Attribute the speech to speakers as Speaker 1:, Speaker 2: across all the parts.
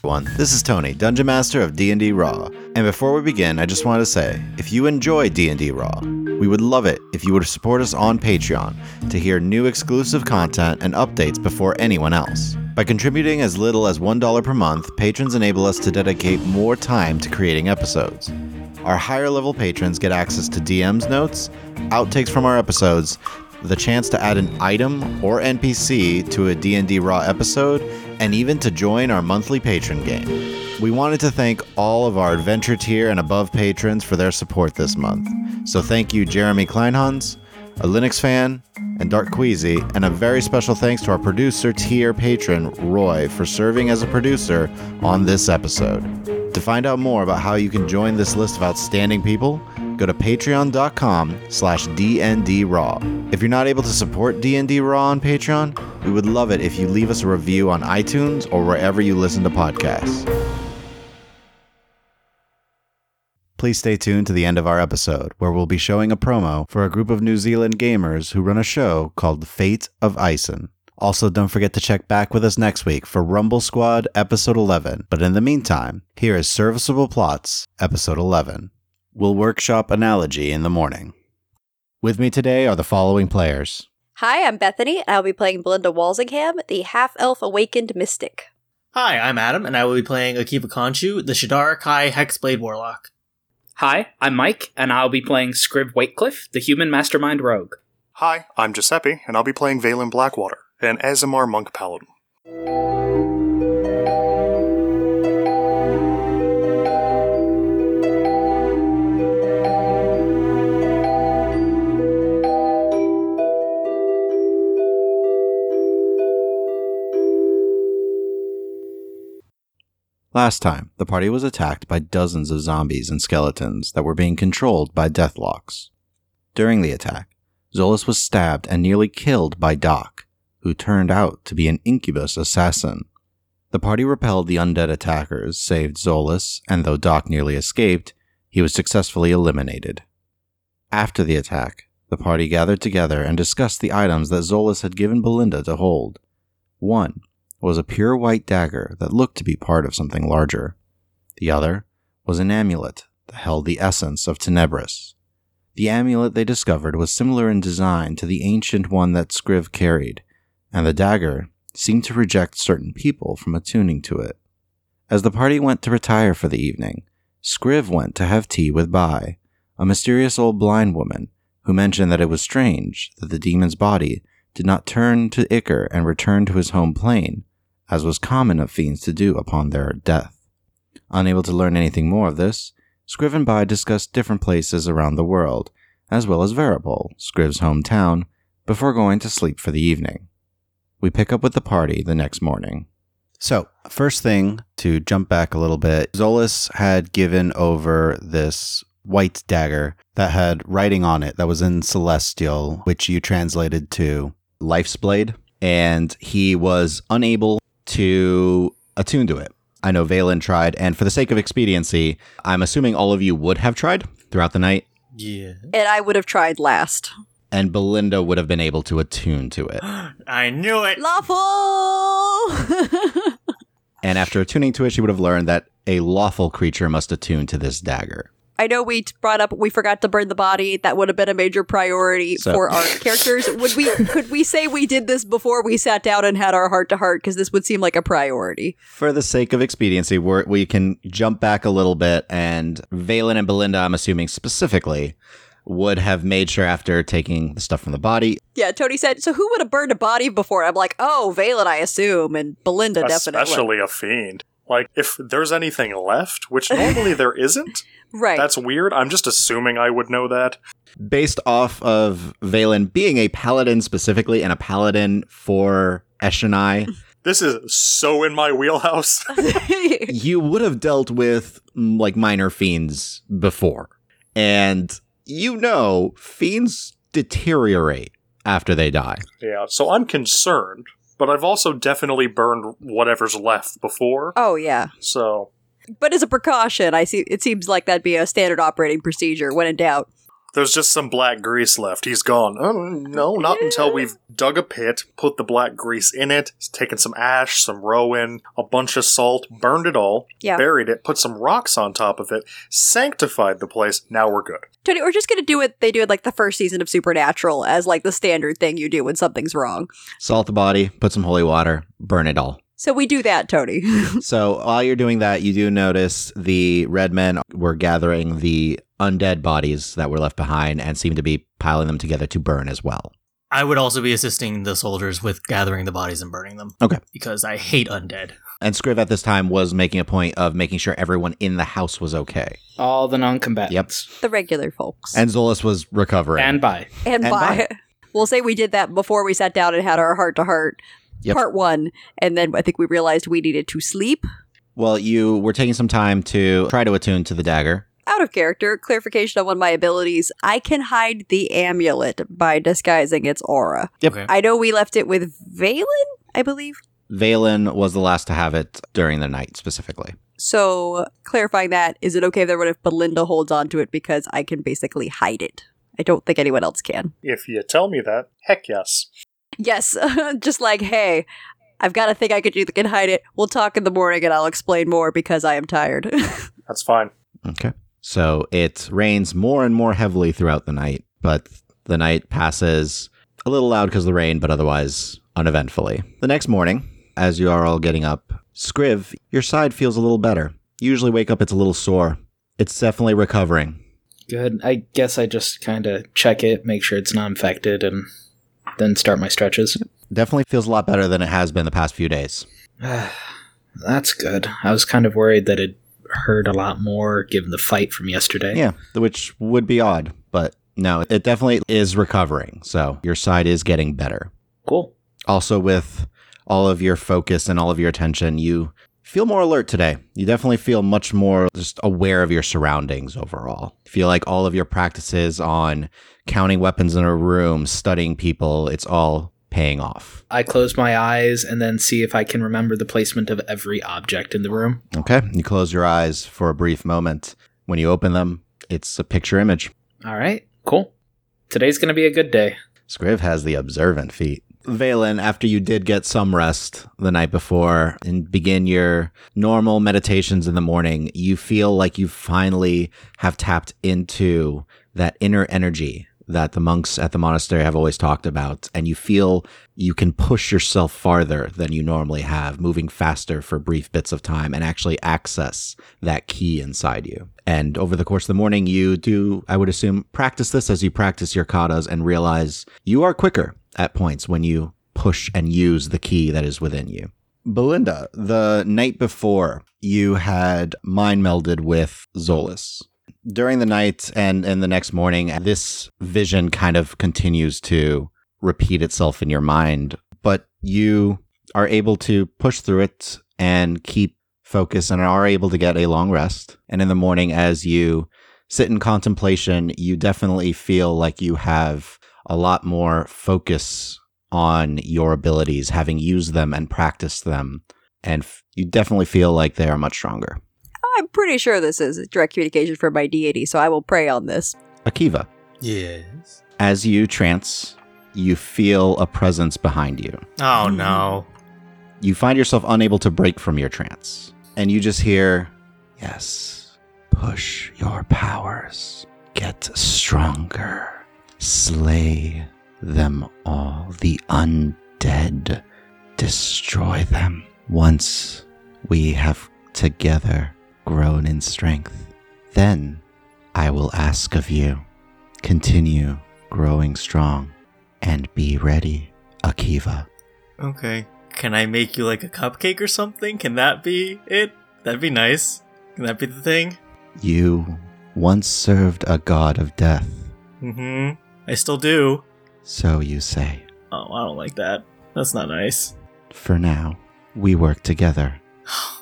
Speaker 1: one. This is Tony, Dungeon Master of D&D Raw. And before we begin, I just want to say, if you enjoy D&D Raw, we would love it if you would support us on Patreon to hear new exclusive content and updates before anyone else. By contributing as little as $1 per month, patrons enable us to dedicate more time to creating episodes. Our higher level patrons get access to DM's notes, outtakes from our episodes, the chance to add an item or NPC to a D&D Raw episode, and even to join our monthly patron game. We wanted to thank all of our adventure tier and above patrons for their support this month. So thank you Jeremy Kleinhans, a Linux fan, and Dark Queasy, and a very special thanks to our producer tier patron Roy for serving as a producer on this episode. To find out more about how you can join this list of outstanding people, go to patreon.com slash dndraw. If you're not able to support DND Raw on Patreon, we would love it if you leave us a review on iTunes or wherever you listen to podcasts. Please stay tuned to the end of our episode, where we'll be showing a promo for a group of New Zealand gamers who run a show called Fate of Ison. Also, don't forget to check back with us next week for Rumble Squad Episode 11. But in the meantime, here is Serviceable Plots Episode 11. We'll workshop analogy in the morning. With me today are the following players.
Speaker 2: Hi, I'm Bethany, and I'll be playing Belinda Walsingham, the half elf awakened mystic.
Speaker 3: Hi, I'm Adam, and I will be playing Akiva Konshu, the Shadara Kai Hexblade Warlock.
Speaker 4: Hi, I'm Mike, and I'll be playing Scrib Wakecliff, the human mastermind rogue.
Speaker 5: Hi, I'm Giuseppe, and I'll be playing Valen Blackwater, an Azimar monk paladin.
Speaker 1: Last time, the party was attacked by dozens of zombies and skeletons that were being controlled by Deathlocks. During the attack, Zolas was stabbed and nearly killed by Doc, who turned out to be an incubus assassin. The party repelled the undead attackers, saved Zolas, and though Doc nearly escaped, he was successfully eliminated. After the attack, the party gathered together and discussed the items that Zolas had given Belinda to hold. One was a pure white dagger that looked to be part of something larger. The other was an amulet that held the essence of Tenebris. The amulet they discovered was similar in design to the ancient one that Scriv carried, and the dagger seemed to reject certain people from attuning to it. As the party went to retire for the evening, Scriv went to have tea with Bai, a mysterious old blind woman who mentioned that it was strange that the demon's body did not turn to Icar and return to his home plane, as was common of fiends to do upon their death. Unable to learn anything more of this, Scriv and Bai discussed different places around the world, as well as Veripol, Scriv's hometown, before going to sleep for the evening. We pick up with the party the next morning. So, first thing to jump back a little bit, Zolas had given over this white dagger that had writing on it that was in Celestial, which you translated to Life's Blade, and he was unable to attune to it. I know Valen tried, and for the sake of expediency, I'm assuming all of you would have tried throughout the night,
Speaker 3: Yeah.
Speaker 2: And I would have tried last.
Speaker 1: and Belinda would have been able to attune to it.
Speaker 3: I knew it!
Speaker 2: Lawful!
Speaker 1: And after attuning to it, she would have learned that a lawful creature must attune to this dagger.
Speaker 2: I know we t- brought up we forgot to burn the body. That would have been a major priority
Speaker 1: So-
Speaker 2: for our characters. Would we could we say we did this before we sat down and had our heart to heart because this would seem like a priority.
Speaker 1: For the sake of expediency, we're, we can jump back a little bit, and Valen and Belinda, I'm assuming specifically, would have made sure after taking the stuff from the body.
Speaker 2: Yeah, Tony said, so who would have burned a body before? I'm like, oh, Valen, I assume, and Belinda definitely.
Speaker 5: Especially a fiend. Like, if there's anything left, which normally there isn't,
Speaker 2: Right.
Speaker 5: that's weird. I'm just assuming I would know that.
Speaker 1: Based off of Valen being a paladin specifically, and a paladin for Eshenai,
Speaker 5: This is so in my wheelhouse.
Speaker 1: you would have dealt with mm, like minor fiends before. And you know, fiends deteriorate after they die.
Speaker 5: yeah, so I'm concerned, but I've also definitely burned whatever's left before,
Speaker 2: oh yeah.
Speaker 5: so
Speaker 2: But as a precaution, I see it seems like that'd be a standard operating procedure when in doubt.
Speaker 5: There's just some black grease left. He's gone. Oh, no, not until we've dug a pit, put the black grease in it, taken some ash, some rowan, a bunch of salt, burned it all,
Speaker 2: Yeah.
Speaker 5: buried it, put some rocks on top of it, sanctified the place. Now we're good.
Speaker 2: Tony, we're just gonna do what they do in like the first season of Supernatural as like the standard thing you do when something's wrong.
Speaker 1: Salt the body, put some holy water, burn it all.
Speaker 2: So we do that, Tony.
Speaker 1: so while you're doing that, you do notice the red men were gathering the undead bodies that were left behind and seem to be piling them together to burn as well.
Speaker 3: I would also be assisting the soldiers with gathering the bodies and burning them.
Speaker 1: Okay.
Speaker 3: Because I hate undead.
Speaker 1: And Scriv at this time was making a point of making sure everyone in the house was okay.
Speaker 4: All the non-combatants.
Speaker 2: the regular folks.
Speaker 1: And Zolas was recovering.
Speaker 4: And by.
Speaker 2: and,
Speaker 1: and
Speaker 2: by,
Speaker 1: by.
Speaker 2: we'll say we did that before we sat down and had our heart to heart
Speaker 1: Yep.
Speaker 2: part one and then i think we realized we needed to sleep
Speaker 1: well, you were taking some time to try to attune to the dagger.
Speaker 2: out of character clarification on one of my abilities i can hide the amulet by disguising its aura
Speaker 1: Yep.
Speaker 3: Okay.
Speaker 2: i know we left it with valen i believe
Speaker 1: Valen was the last to have it during the night specifically.
Speaker 2: so clarifying that is it okay if everyone if belinda holds on to it because i can basically hide it i don't think anyone else can
Speaker 5: If you tell me that, heck yes.
Speaker 2: yes just like hey i've got a thing i could do that can hide it we'll talk in the morning and i'll explain more because i am tired
Speaker 5: That's fine.
Speaker 1: Okay. So it rains more and more heavily throughout the night, but the night passes a little loud because of the rain, but otherwise uneventfully. The next morning, as you are all getting up, Scriv, your side feels a little better. You usually wake up, it's a little sore. It's definitely recovering.
Speaker 4: Good. I guess I just kind of check it, make sure it's not infected, and then start my stretches.
Speaker 1: Definitely feels a lot better than it has been the past few days.
Speaker 4: That's good. I was kind of worried that it hurt a lot more given the fight from yesterday.
Speaker 1: Yeah, which would be odd, but no, it definitely is recovering. So your side is getting better.
Speaker 4: Cool.
Speaker 1: also with all of your focus and all of your attention, you feel more alert today. You definitely feel much more just aware of your surroundings overall. Feel like all of your practices on counting weapons in a room, studying people, it's all paying off.
Speaker 4: I close my eyes and then see if I can remember the placement of every object in the room.
Speaker 1: Okay? You close your eyes for a brief moment. When you open them, it's a picture image.
Speaker 4: All right. Cool. Today's going to be a good day.
Speaker 1: Scriv has the observant feet. Valen, after you did get some rest the night before and begin your normal meditations in the morning, you feel like you finally have tapped into that inner energy that the monks at the monastery have always talked about. And you feel you can push yourself farther than you normally have, moving faster for brief bits of time and actually access that key inside you. And over the course of the morning, you do, I would assume, practice this as you practice your katas and realize you are quicker at points when you push and use the key that is within you. Belinda, the night before, you had mind melded with Zolas. During the night and, and the next morning, this vision kind of continues to repeat itself in your mind, but you are able to push through it and keep focus and are able to get a long rest. And in the morning, as you sit in contemplation, you definitely feel like you have a lot more focus on your abilities, having used them and practiced them. And f- you definitely feel like they are much stronger.
Speaker 2: I'm pretty sure this is direct communication from my deity, so I will pray on this.
Speaker 1: Akiva,
Speaker 3: Yes.
Speaker 1: as you trance, you feel a presence behind you.
Speaker 3: Oh no.
Speaker 1: you find yourself unable to break from your trance. And you just hear, Yes, push your powers, get stronger, slay them all, the undead, destroy them. Once we have together grown in strength, then I will ask of you, continue growing strong and be ready, Akiva.
Speaker 3: Okay. Can I make you like a cupcake or something? Can that be it? That'd be nice. Can that be the thing?
Speaker 1: You once served a god of death,
Speaker 3: Mm-hmm. I still do.
Speaker 1: so you say.
Speaker 3: Oh, I don't like that. That's not nice.
Speaker 1: For now, we work together.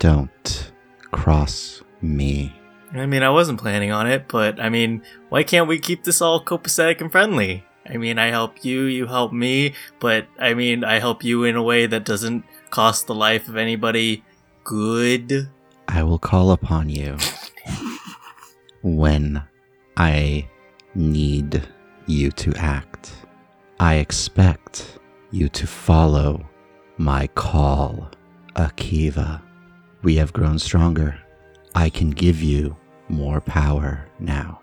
Speaker 1: Don't cross me.
Speaker 3: I mean, I wasn't planning on it, but I mean, why can't we keep this all copacetic and friendly? I mean, I help you, you help me, but I mean, I help you in a way that doesn't cost the life of anybody good.
Speaker 1: I will call upon you when I need you to act. I expect you to follow my call, Akiva. We have grown stronger. I can give you more power now.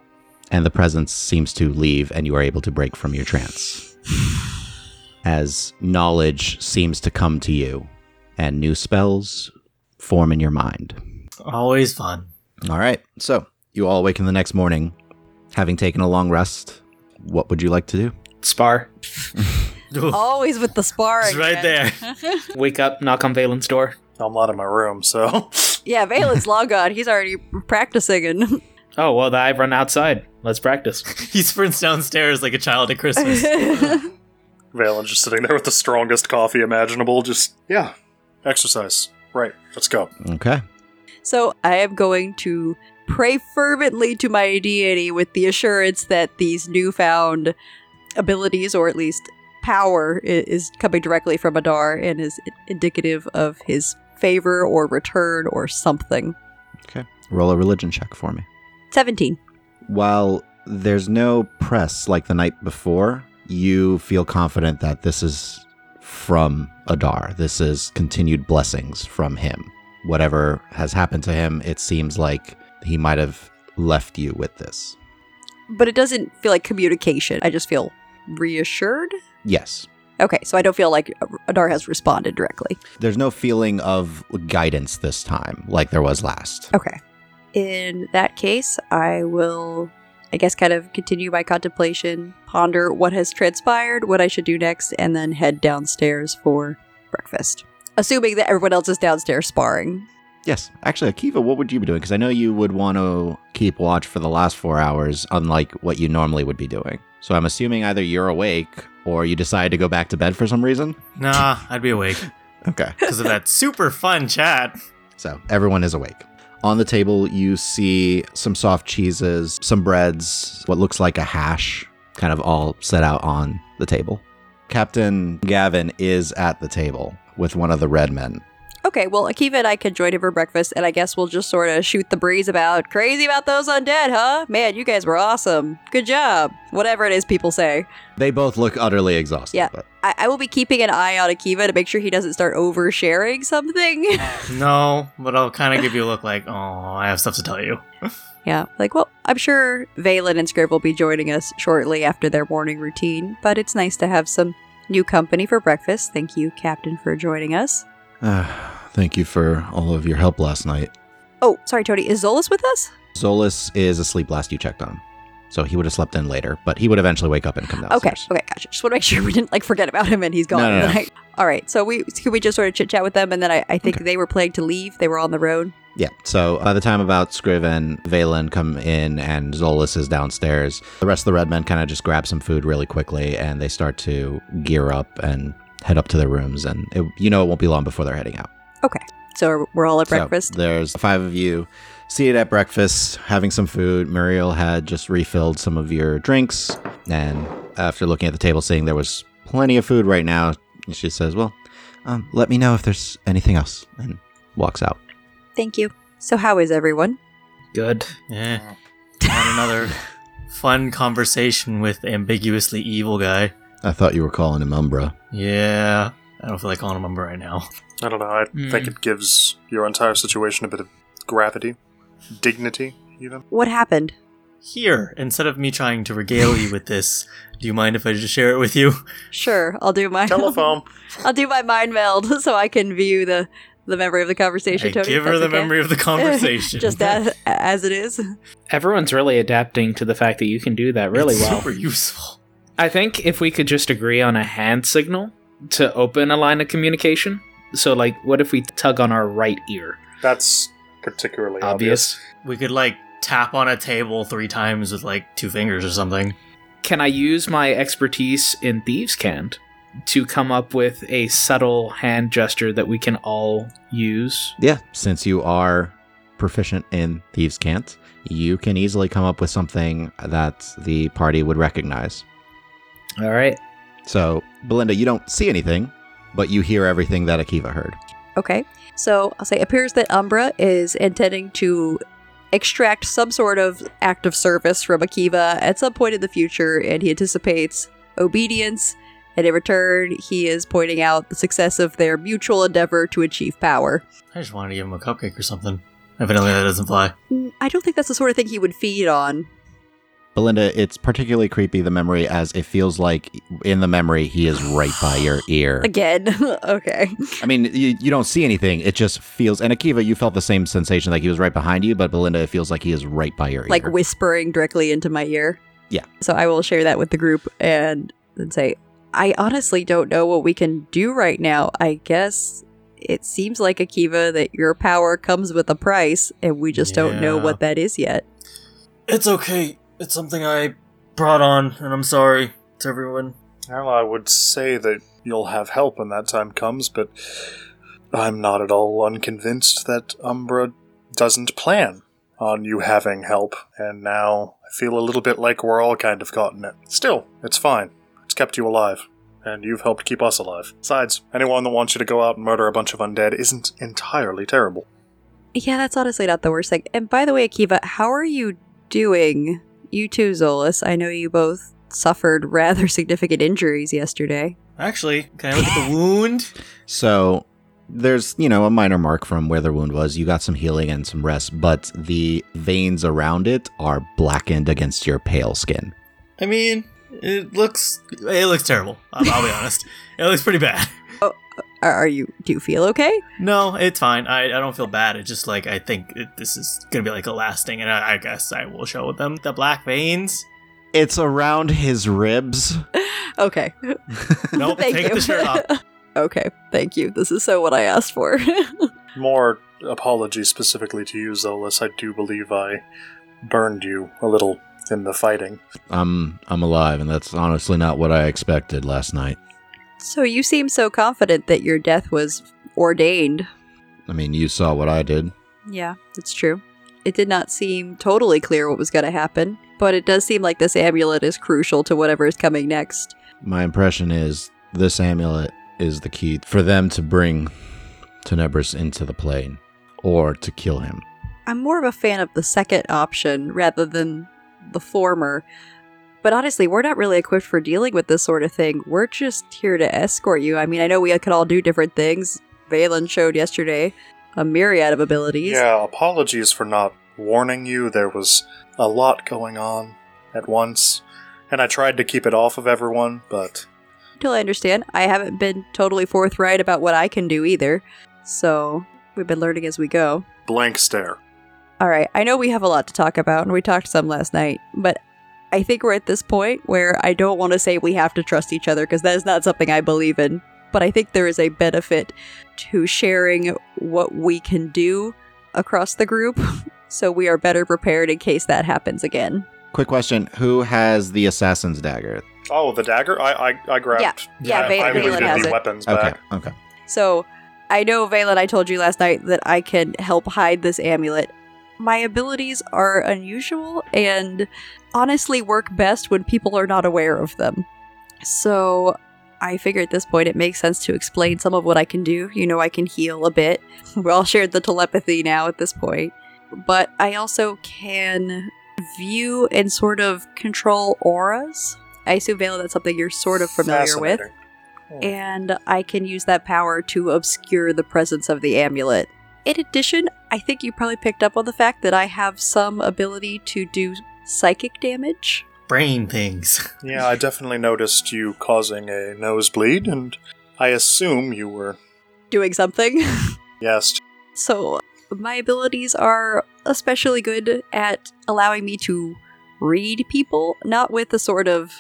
Speaker 1: And the presence seems to leave, and you are able to break from your trance. As knowledge seems to come to you, and new spells form in your mind.
Speaker 3: Always fun.
Speaker 1: All right. So you all awaken the next morning, having taken a long rest. What would you like to do?
Speaker 4: Spar,
Speaker 3: Oof.
Speaker 2: Always with the sparring.
Speaker 3: It's right
Speaker 2: man.
Speaker 4: wake up, knock on Valen's door.
Speaker 5: I'm not in my room, so
Speaker 2: yeah, Valen's long gone. He's already practicing and
Speaker 4: Oh, well, I've run outside. Let's practice.
Speaker 3: he sprints downstairs like a child at Christmas.
Speaker 5: Valen's just sitting there with the strongest coffee imaginable. Just yeah, exercise. Right, let's go.
Speaker 1: Okay.
Speaker 2: So I am going to pray fervently to my deity with the assurance that these newfound abilities, or at least power, i- is coming directly from Adar and is indicative of his favor or return or something.
Speaker 1: Roll a religion check for me.
Speaker 2: 17.
Speaker 1: While there's no press like the night before, you feel confident that this is from Adar. This is continued blessings from him. Whatever has happened to him, it seems like he might have left you with this.
Speaker 2: But it doesn't feel like communication. I just feel reassured.
Speaker 1: Yes.
Speaker 2: Okay, so I don't feel like Adar has responded directly.
Speaker 1: There's no feeling of guidance this time like there was last.
Speaker 2: Okay. In that case, I will, I guess, kind of continue my contemplation, ponder what has transpired, what I should do next, and then head downstairs for breakfast. Assuming that everyone else is downstairs sparring.
Speaker 1: Yes. Actually, Akiva, what would you be doing? Because I know you would want to keep watch for the last four hours, unlike what you normally would be doing. So I'm assuming either you're awake or you decide to go back to bed for some reason.
Speaker 3: nah, I'd be awake
Speaker 1: Okay.
Speaker 3: because of that super fun chat.
Speaker 1: So everyone is awake. On the table, you see some soft cheeses, some breads, what looks like a hash, kind of all set out on the table. Captain Gavin is at the table with one of the red men.
Speaker 2: Okay, well, Akiva and I can join him for breakfast, and I guess we'll just sort of shoot the breeze about crazy about those undead, huh? Man, you guys were awesome. Good job. Whatever it is people say.
Speaker 1: They both look utterly exhausted.
Speaker 2: Yeah.
Speaker 1: but-
Speaker 2: I, I will be keeping an eye on Akiva to make sure he doesn't start oversharing something.
Speaker 3: No, but I'll kind of give you a look like, oh, I have stuff to tell you.
Speaker 2: Yeah, like, well, I'm sure Valen and Scrib will be joining us shortly after their morning routine, but it's nice to have some new company for breakfast. Thank you, Captain, for joining us.
Speaker 1: Ah, thank you for all of your help last night.
Speaker 2: Oh, sorry, Tony, is Zolas with us?
Speaker 1: Zolas is asleep last you checked on him. So he would have slept in later, but he would eventually wake up and come
Speaker 2: Okay,
Speaker 1: downstairs.
Speaker 2: okay, gotcha. Just want to make sure we didn't, like, forget about him and he's gone.
Speaker 1: No, no, no.
Speaker 2: Like, all right, so we can we just sort of chit chat with them, and then I, I think they were planning to leave. They were on the road.
Speaker 1: Yeah. So by the time about Scriven, Valen come in and Zolas is downstairs, the rest of the red men kind of just grab some food really quickly and they start to gear up and head up to their rooms. And it, you know it won't be long before they're heading out.
Speaker 2: So we're all at
Speaker 1: So
Speaker 2: breakfast.
Speaker 1: there's five of you seated at breakfast, having some food. Muriel had just refilled some of your drinks, and after looking at the table, seeing there was plenty of food right now, she says, "Well, um, let me know if there's anything else," and walks out.
Speaker 2: Thank you. So, how is everyone?
Speaker 4: Good.
Speaker 3: Yeah, had Eh. another fun conversation with ambiguously evil guy.
Speaker 1: I thought you were calling him Umbra.
Speaker 3: Yeah, I don't feel like calling him Umber right now.
Speaker 5: I don't know. I
Speaker 4: Hmm.
Speaker 5: think it gives your entire situation a bit of gravity, dignity, even.
Speaker 2: What happened?
Speaker 3: Here, instead of me trying to regale you with this, do you mind if I just share it with you?
Speaker 2: Sure, I'll do my
Speaker 5: Telephone.
Speaker 2: I'll do my mind meld so I can view the the memory of the conversation.
Speaker 3: I
Speaker 2: Tony, if
Speaker 3: give her
Speaker 2: that's
Speaker 3: the
Speaker 2: okay.
Speaker 3: memory of the conversation.
Speaker 2: just as as it is.
Speaker 4: Everyone's really adapting to the fact that you can do that really
Speaker 3: It's
Speaker 4: well.
Speaker 3: Super useful.
Speaker 4: I think if we could just agree on a hand signal to open a line of communication. So, like, what if we tug on our right ear?
Speaker 5: That's particularly obvious.
Speaker 4: Obvious.
Speaker 3: We could like tap on a table three times with like two fingers or something.
Speaker 4: Can I use my expertise in Thieves' Cant to come up with a subtle hand gesture that we can all use?
Speaker 1: Yeah, since you are proficient in thieves' cant, you can easily come up with something that the party would recognize.
Speaker 4: All right.
Speaker 1: So, Belinda, you don't see anything, but you hear everything that Akiva heard.
Speaker 2: Okay. So I'll say appears that Umbra is intending to extract some sort of act of service from Akiva at some point in the future, and he anticipates obedience. And in return, he is pointing out the success of their mutual endeavor to achieve power.
Speaker 3: I just wanted to give him a cupcake or something. Evidently, that doesn't fly.
Speaker 2: Mm, I don't think that's the sort of thing he would feed on.
Speaker 1: Belinda, it's particularly creepy, the memory, as it feels like in the memory, he is right by your ear.
Speaker 2: Again. okay.
Speaker 1: I mean, you, you don't see anything. It just feels. And Akiva, you felt the same sensation, like he was right behind you. But Belinda, it feels like he is right by your
Speaker 2: Like
Speaker 1: ear.
Speaker 2: whispering directly into my ear.
Speaker 1: Yeah.
Speaker 2: So I will share that with the group and then say, I honestly don't know what we can do right now. I guess it seems like Akiva that your power comes with a price, and we just don't know
Speaker 3: Yeah.
Speaker 2: what that is yet.
Speaker 3: It's okay. It's something I brought on, and I'm sorry to everyone.
Speaker 5: Well, I would say that you'll have help when that time comes, but I'm not at all unconvinced that Umbra doesn't plan on you having help, and now I feel a little bit like we're all kind of caught in it. Still, it's fine. It's kept you alive, and you've helped keep us alive. Besides, anyone that wants you to go out and murder a bunch of undead isn't entirely terrible.
Speaker 2: Yeah, that's honestly not the worst thing. And by the way, Akiva, how are you doing? You too, Zolas. I know you both suffered rather significant injuries yesterday.
Speaker 3: Actually, can I look at the wound?
Speaker 1: So there's, you know, a minor mark from where the wound was. You got some healing and some rest, but the veins around it are blackened against your pale skin.
Speaker 3: I mean, it looks it looks terrible. I'll, I'll be honest. It looks pretty bad.
Speaker 2: Are- Are you? Do you feel okay?
Speaker 3: No, it's fine. I, I don't feel bad. It's just like I think it, this is gonna be like a lasting, and I, I guess I will show them the black veins.
Speaker 1: It's around his ribs.
Speaker 2: Okay.
Speaker 3: Nope,
Speaker 2: Thank
Speaker 3: take
Speaker 2: you.
Speaker 3: the shirt off.
Speaker 2: Okay. Thank you. This is so what I asked for.
Speaker 5: More apology specifically to you, Zolas. I do believe I burned you a little in the fighting.
Speaker 1: I'm I'm alive, and that's honestly not what I expected last night.
Speaker 2: so you seem so confident that your death was ordained.
Speaker 1: I mean, you saw what I did.
Speaker 2: Yeah, that's true. It did not seem totally clear what was going to happen, but it does seem like this amulet is crucial to whatever is coming next.
Speaker 1: My impression is this amulet is the key for them to bring Tenebris into the plane or to kill him.
Speaker 2: I'm more of a fan of the second option rather than the former. But honestly, we're not really equipped for dealing with this sort of thing. We're just here to escort you. I mean, I know we could all do different things. Valen showed yesterday a myriad of abilities.
Speaker 5: Yeah, apologies for not warning you. There was a lot going on at once, and I tried to keep it off of everyone, but
Speaker 2: Until I understand, I haven't been totally forthright about what I can do either. So we've been learning as we go.
Speaker 5: blank stare.
Speaker 2: All right, I know we have a lot to talk about, and we talked some last night, but I think we're at this point where I don't want to say we have to trust each other because that is not something I believe in. But I think there is a benefit to sharing what we can do across the group so we are better prepared in case that happens again.
Speaker 1: Quick question: Who has the assassin's dagger?
Speaker 5: Oh, the dagger? I I, I grabbed.
Speaker 2: Yeah, Va-
Speaker 5: I
Speaker 2: Valen
Speaker 5: really
Speaker 2: has
Speaker 5: did
Speaker 2: it.
Speaker 5: the weapons
Speaker 1: Okay,
Speaker 5: back.
Speaker 1: okay.
Speaker 2: So I know, Valen, I told you last night that I can help hide this amulet. My abilities are unusual and honestly work best when people are not aware of them. So I figure at this point it makes sense to explain some of what I can do. You know, I can heal a bit. We're all shared the telepathy now at this point. But I also can view and sort of control auras. I assume, Valen, that's something you're sort of familiar with
Speaker 5: Fascinating. Hmm.
Speaker 2: and I can use that power to obscure the presence of the amulet. In addition, I think you probably picked up on the fact that I have some ability to do psychic damage.
Speaker 3: Brain things.
Speaker 5: Yeah, I definitely noticed you causing a nosebleed, and I assume you were
Speaker 2: Doing something.
Speaker 5: yes.
Speaker 2: so, my abilities are especially good at allowing me to read people, not with the sort of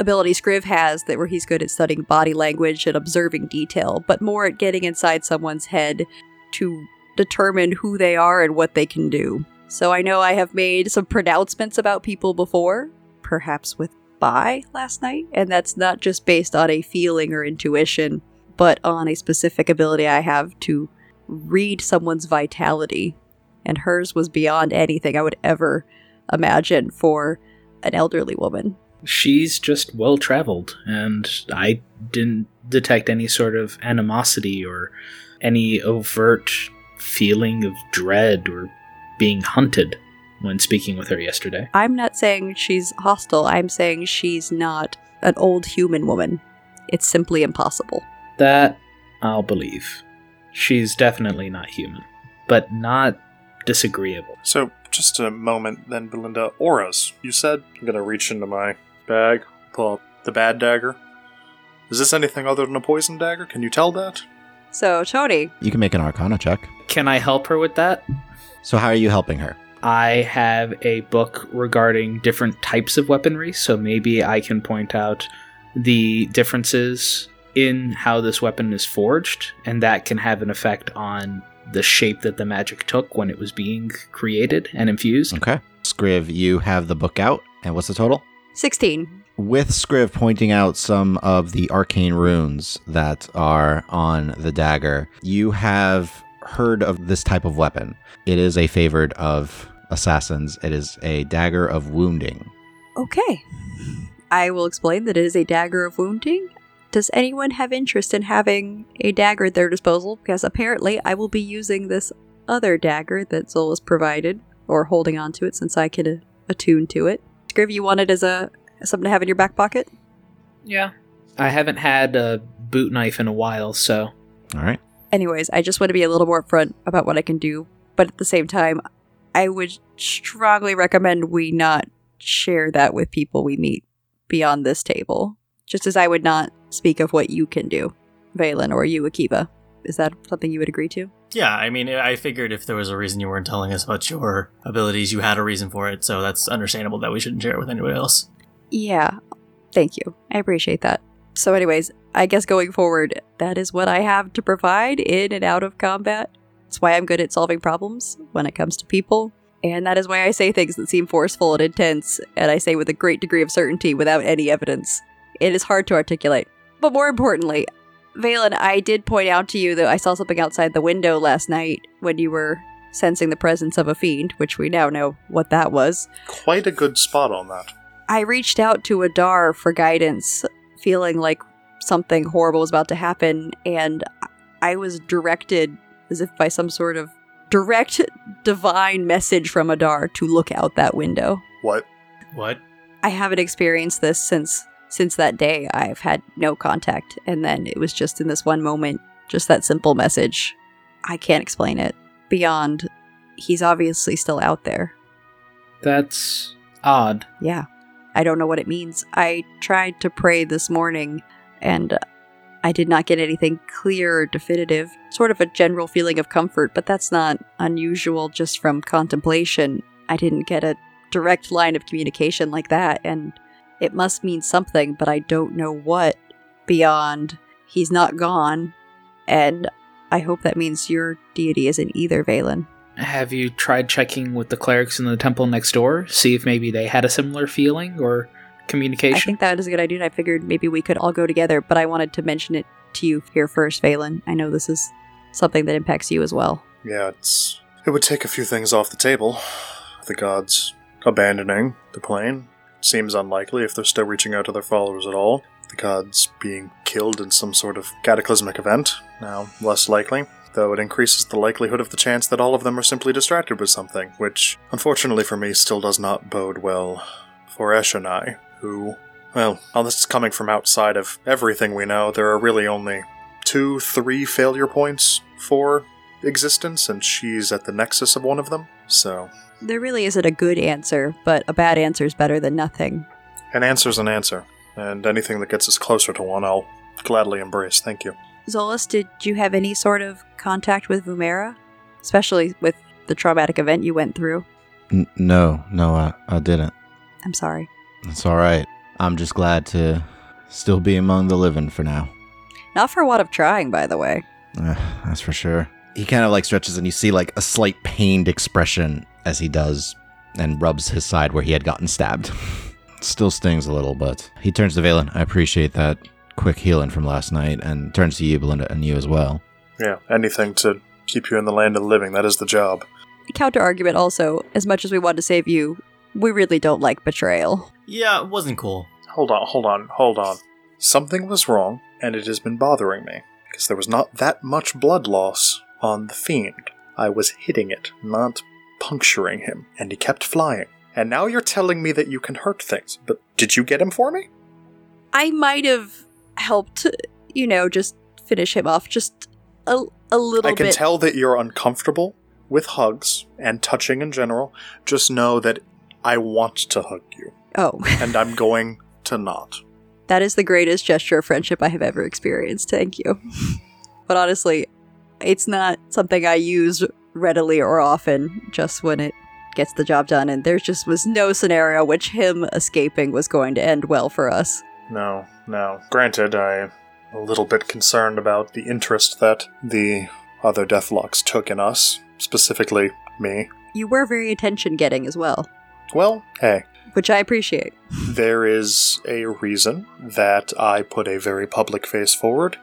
Speaker 2: ability Scriv has that where he's good at studying body language and observing detail, but more at getting inside someone's head to determine who they are and what they can do. So I know I have made some pronouncements about people before, perhaps with Bi last night, and that's not just based on a feeling or intuition, but on a specific ability I have to read someone's vitality. And hers was beyond anything I would ever imagine for an elderly woman.
Speaker 4: She's just well traveled, and I didn't detect any sort of animosity or any overt feeling of dread or being hunted. when speaking with her yesterday.
Speaker 2: I'm not saying she's hostile. I'm saying she's not an old human woman. It's simply impossible.
Speaker 4: That I'll believe. She's definitely not human, but not disagreeable.
Speaker 5: So, just a moment then, Belinda. Auras, you said I'm gonna reach into my bag, pull out the bad dagger. Is this anything other than a poison dagger? Can you tell that?
Speaker 2: So, Tony,
Speaker 1: You can make an arcana check.
Speaker 4: Can I help her with that?
Speaker 1: So, how are you helping her?
Speaker 4: I have a book regarding different types of weaponry, so maybe I can point out the differences in how this weapon is forged, and that can have an effect on the shape that the magic took when it was being created and infused.
Speaker 1: Okay. Scriv, you have the book out. And what's the total?
Speaker 2: 16.
Speaker 1: With Scriv pointing out some of the arcane runes that are on the dagger, you have heard of this type of weapon. It is a favorite of assassins, it is a dagger of wounding.
Speaker 2: Okay. I will explain that it is a dagger of wounding. Does anyone have interest in having a dagger at their disposal? Because apparently I will be using this other dagger that Zola's provided, or holding on to it since I can uh, attune to it. Scriv, you want it as a something to have in your back pocket?
Speaker 4: Yeah. I haven't had a boot knife in a while, so
Speaker 1: All right.
Speaker 2: anyways, I just want to be a little more upfront about what I can do, but at the same time, I would strongly recommend we not share that with people we meet beyond this table. Just as I would not speak of what you can do, Valen, or you, Akiva. Is that something you would agree to?
Speaker 3: Yeah, I mean, I figured if there was a reason you weren't telling us about your abilities, you had a reason for it, so that's understandable that we shouldn't share it with anybody else.
Speaker 2: Yeah. Thank you. I appreciate that. So, anyways, I guess going forward, that is what I have to provide in and out of combat. That's why I'm good at solving problems when it comes to people. And that is why I say things that seem forceful and intense, and I say with a great degree of certainty without any evidence. It is hard to articulate. But more importantly, Valen, I did point out to you that I saw something outside the window last night when you were sensing the presence of a fiend, which we now know what that was.
Speaker 5: Quite a good spot on that.
Speaker 2: I reached out to Adar for guidance, feeling like something horrible was about to happen, and I was directed as if by some sort of direct divine message from Adar to look out that window.
Speaker 5: What?
Speaker 3: What?
Speaker 2: I haven't experienced this since since that day. I've had no contact, and then it was just in this one moment, just that simple message. I can't explain it. Beyond, he's obviously still out there.
Speaker 4: that's odd.
Speaker 2: Yeah. I don't know what it means. I tried to pray this morning and uh, I did not get anything clear or definitive. Sort of a general feeling of comfort, but that's not unusual just from contemplation. I didn't get a direct line of communication like that, and it must mean something, but I don't know what beyond he's not gone. And I hope that means your deity isn't either, Valen.
Speaker 4: Have you tried checking with the clerics in the temple next door? See if maybe they had a similar feeling or
Speaker 2: I
Speaker 4: communication?
Speaker 2: think that is a good idea. and I figured maybe we could all go together, but I wanted to mention it to you here first, Valen. I know this is something that impacts you as well.
Speaker 5: Yeah, it's. It would take a few things off the table. The gods abandoning the plane seems unlikely if they're still reaching out to their followers at all. The gods being killed in some sort of cataclysmic event, now less likely, though it increases the likelihood of the chance that all of them are simply distracted with something, which, unfortunately for me, still does not bode well for Esh and I, who, well, all this is coming from outside of everything we know, there are really only two, three failure points for existence, and she's at the nexus of one of them. So,
Speaker 2: There really isn't a good answer, but a bad answer is better than nothing.
Speaker 5: an answer's an answer, and anything that gets us closer to one, I'll gladly embrace. Thank you.
Speaker 2: Zolas, did you have any sort of contact with Vumera? Especially with the traumatic event you went through?
Speaker 1: N- no, no, I, I didn't.
Speaker 2: I'm sorry.
Speaker 1: It's all right. I'm just glad to still be among the living for now.
Speaker 2: Not for want of trying, by the way.
Speaker 1: Uh, that's for sure. He kind of like stretches and you see like a slight pained expression as he does and rubs his side where he had gotten stabbed. Still stings a little, but he turns to Valen. I appreciate that quick healing from last night and turns to you, Belinda, and you as well.
Speaker 5: Yeah, anything to keep you in the land of the living, that is the job.
Speaker 2: Counter argument also, as much as we want to save you, we really don't like betrayal.
Speaker 3: Yeah, it wasn't cool.
Speaker 5: Hold on, hold on, hold on. Something was wrong, and it has been bothering me, because there was not that much blood loss on the fiend. I was hitting it, not puncturing him, and he kept flying. And now you're telling me that you can hurt things, but did you get him for me?
Speaker 2: I might have helped, you know, just finish him off just a, a little
Speaker 5: I can
Speaker 2: bit.
Speaker 5: tell that you're uncomfortable with hugs and touching in general. Just know that I want to hug you,
Speaker 2: oh,
Speaker 5: and I'm going to not.
Speaker 2: that is the greatest gesture of friendship I have ever experienced. Thank you. but honestly, it's not something I use readily or often, just when it gets the job done. And there just was no scenario which him escaping was going to end well for us.
Speaker 5: No, no. Granted, I'm a little bit concerned about the interest that the other Deathlocks took in us, specifically me.
Speaker 2: You were very attention getting as well,
Speaker 5: Well, hey,
Speaker 2: which I appreciate.
Speaker 5: there is a reason that I put a very public face forward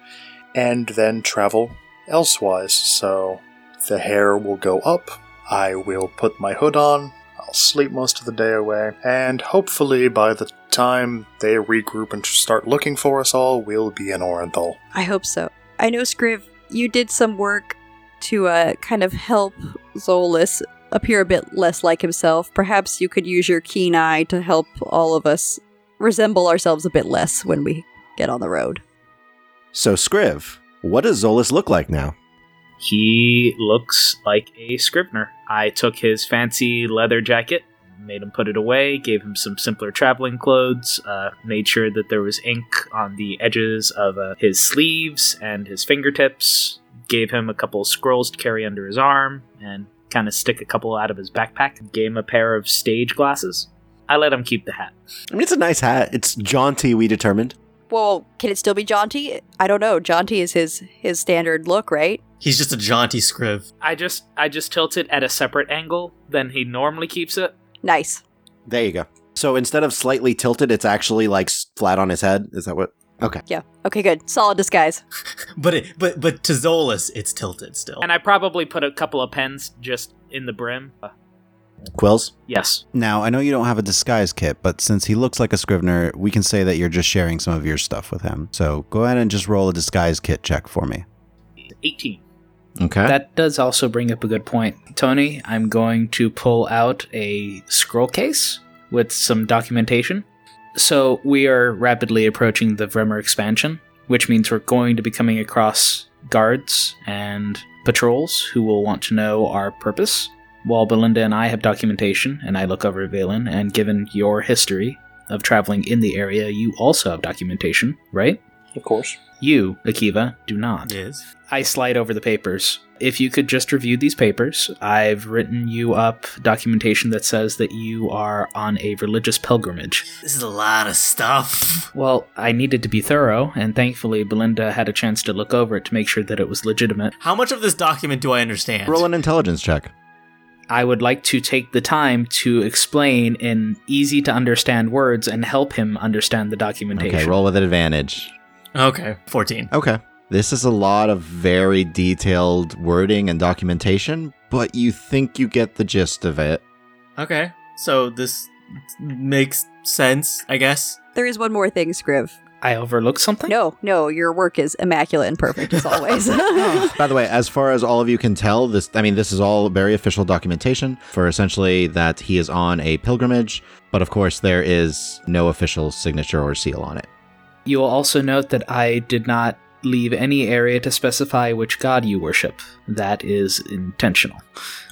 Speaker 5: and then travel elsewise. So the hair will go up, I will put my hood on, I'll sleep most of the day away, and hopefully by the time they regroup and start looking for us all, we'll be in Orenthal.
Speaker 2: I hope so. I know, Scriv, you did some work to uh, kind of help Zolas appear a bit less like himself. Perhaps you could use your keen eye to help all of us resemble ourselves a bit less when we get on the road.
Speaker 1: So, Scriv, what does Zolas look like now?
Speaker 4: He looks like a scrivener. I took his fancy leather jacket, made him put it away, gave him some simpler traveling clothes, uh, made sure that there was ink on the edges of uh, his sleeves and his fingertips, gave him a couple scrolls to carry under his arm, and kind of stick a couple out of his backpack, gave him a pair of stage glasses. I let him keep the hat.
Speaker 1: I mean, it's a nice hat. It's jaunty, we determined.
Speaker 2: Well, can it still be jaunty? I don't know. Jaunty is his his standard look, right?
Speaker 3: He's just a jaunty scriv.
Speaker 4: I just I just tilt it at a separate angle than he normally keeps it.
Speaker 2: Nice.
Speaker 1: There you go. So instead of slightly tilted, it's actually like s- flat on his head. Is that what?
Speaker 2: Yeah. Okay, good. Solid disguise.
Speaker 3: But it, but but to Zolas, it's tilted still.
Speaker 4: And I probably put a couple of pens just in the brim. Uh,
Speaker 1: Quills?
Speaker 4: yes.
Speaker 6: Now, I know you don't have a disguise kit, but since he looks like a Scrivener, we can say that you're just sharing some of your stuff with him. So go ahead and just roll a disguise kit check for me.
Speaker 4: 18.
Speaker 1: Okay.
Speaker 4: That does also bring up a good point. Tony, I'm going to pull out a scroll case with some documentation. So we are rapidly approaching the Vremer expansion, which means we're going to be coming across guards and patrols who will want to know our purpose. While Belinda and I have documentation, and I look over at Valen, and given your history of traveling in the area, you also have documentation, right?
Speaker 5: Of course.
Speaker 4: You, Akiva, do not.
Speaker 3: Yes.
Speaker 4: I slide over the papers. If you could just review these papers, I've written you up documentation that says that you are on a religious pilgrimage.
Speaker 3: This is a lot of stuff.
Speaker 4: Well, I needed to be thorough, and thankfully Belinda had a chance to look over it to make sure that it was legitimate.
Speaker 3: How much of this document do I understand?
Speaker 1: roll an intelligence check.
Speaker 4: I would like to take the time to explain in easy to understand words and help him understand the documentation.
Speaker 1: Okay, roll with an advantage.
Speaker 3: Okay, fourteen.
Speaker 1: Okay. This is a lot of very detailed wording and documentation, but you think you get the gist of it.
Speaker 3: Okay, so this makes sense, I guess.
Speaker 2: There is one more thing, Scriv.
Speaker 4: I overlooked something?
Speaker 2: No, no, your work is immaculate and perfect as always.
Speaker 1: By the way, as far as all of you can tell, this I mean this is all very official documentation for essentially that he is on a pilgrimage, but of course there is no official signature or seal on it.
Speaker 4: You'll also note that I did not leave any area to specify which god you worship. That is intentional.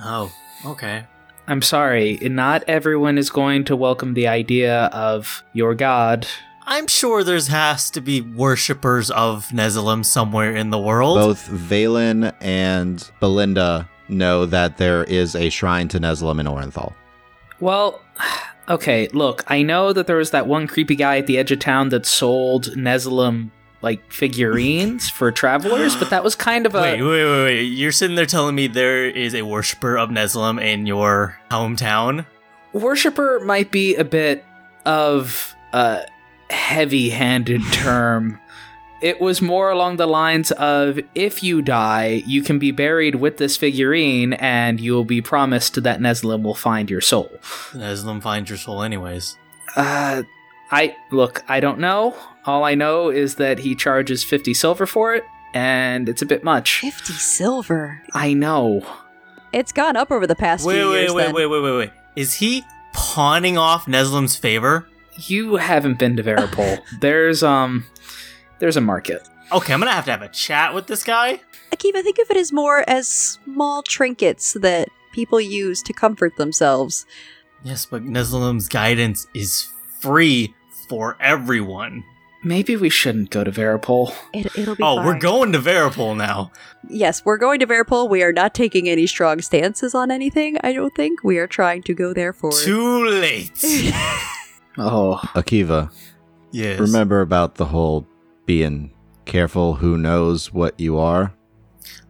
Speaker 3: Oh, okay.
Speaker 4: I'm sorry, not everyone is going to welcome the idea of your god.
Speaker 3: I'm sure there's has to be worshippers of Nephilim somewhere in the world.
Speaker 1: Both Valen and Belinda know that there is a shrine to Neslim in Orenthal.
Speaker 4: Well, okay, look, I know that there was that one creepy guy at the edge of town that sold Nephilim like figurines for travelers, but that was kind of a
Speaker 3: wait, wait, wait, wait. You're sitting there telling me there is a worshiper of Nephilim in your hometown?
Speaker 4: worshiper might be a bit of a heavy-handed term. It was more along the lines of if you die, you can be buried with this figurine and you'll be promised that Neslim will find your soul.
Speaker 3: Nephilim finds your soul anyways.
Speaker 4: Uh I look, I don't know. All I know is that he charges 50 silver for it and it's a bit much.
Speaker 2: 50 silver.
Speaker 4: I know.
Speaker 2: It's gone up over the past
Speaker 3: wait,
Speaker 2: few
Speaker 3: wait,
Speaker 2: years.
Speaker 3: wait,
Speaker 2: then.
Speaker 3: wait, wait, wait, wait. Is he pawning off Neslim's favor?
Speaker 4: You haven't been to Varipole. there's um, there's a market.
Speaker 3: Okay, I'm gonna have to have a chat with this guy.
Speaker 2: Akiva, think of it as more as small trinkets that people use to comfort themselves.
Speaker 3: Yes, but Neslim's guidance is free for everyone.
Speaker 4: Maybe we shouldn't go to Varipole.
Speaker 2: It, it'll be.
Speaker 3: oh, we're
Speaker 2: fine.
Speaker 3: going to Varipole now.
Speaker 2: Yes, we're going to Verpol. We are not taking any strong stances on anything. I don't think we are trying to go there for.
Speaker 3: Too late.
Speaker 4: Oh,
Speaker 1: Akiva,
Speaker 3: yes.
Speaker 1: remember about the whole being careful who knows what you are?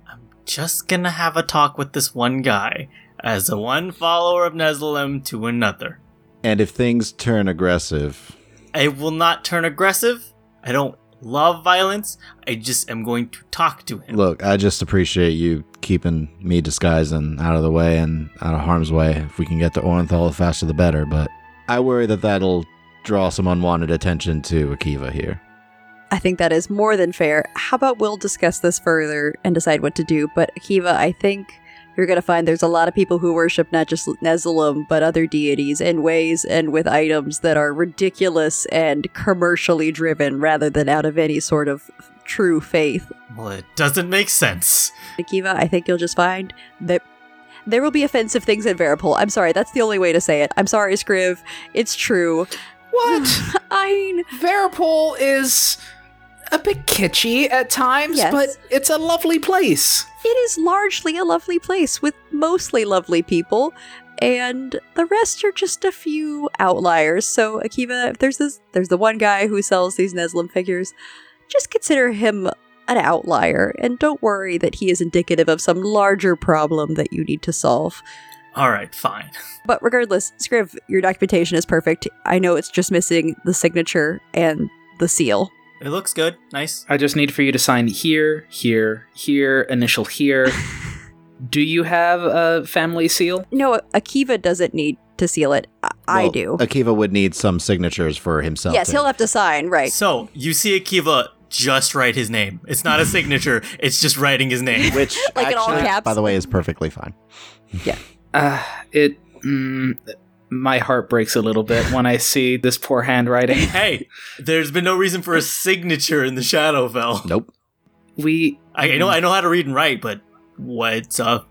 Speaker 3: I'm just gonna have a talk with this one guy as a one follower of Neslim to another.
Speaker 1: And if things turn aggressive,
Speaker 3: I will not turn aggressive. I don't love violence. I just am going to talk to him.
Speaker 1: look, I just appreciate you keeping me disguised and out of the way and out of harm's way. If we can get to Orenthal, the faster the better, but I worry that that'll draw some unwanted attention to Akiva here.
Speaker 2: I think that is more than fair. How about we'll discuss this further and decide what to do? But Akiva, I think you're going to find there's a lot of people who worship not just Nezalim, but other deities in ways and with items that are ridiculous and commercially driven rather than out of any sort of true faith.
Speaker 3: Well, it doesn't make sense.
Speaker 2: Akiva, I think you'll just find that there will be offensive things in Veripol. I'm sorry, that's the only way to say it. I'm sorry, Scriv. It's true.
Speaker 7: What?
Speaker 2: I
Speaker 7: Veripole is a bit kitschy at times,
Speaker 2: Yes.
Speaker 7: but it's a lovely place.
Speaker 2: it is largely a lovely place with mostly lovely people, and the rest are just a few outliers. So Akiva, if there's this, there's the one guy who sells these Neslim figures. Just consider him an outlier, and don't worry that he is indicative of some larger problem that you need to solve.
Speaker 3: All right, fine.
Speaker 2: But regardless, Scriv, your documentation is perfect. I know it's just missing the signature and the seal.
Speaker 3: It looks good. Nice.
Speaker 4: I just need for you to sign here, here, here, initial here. Do you have a family seal?
Speaker 2: No, Akiva doesn't need to seal it. I, I
Speaker 1: Well,
Speaker 2: do.
Speaker 1: Akiva would need some signatures for himself.
Speaker 2: Yes,
Speaker 1: to-
Speaker 2: he'll have to sign, right.
Speaker 3: So you see Akiva just write his name. It's not a signature. It's just writing his name.
Speaker 1: Which,
Speaker 2: Like in all
Speaker 1: actually,
Speaker 2: caps.
Speaker 1: by the way, is perfectly fine.
Speaker 4: Uh, it. Mm, my heart breaks a little bit when I see this poor handwriting.
Speaker 3: Hey, there's been no reason for a signature in the Shadowfell.
Speaker 1: Nope.
Speaker 4: We.
Speaker 3: I, I know I know how to read and write, but what's up?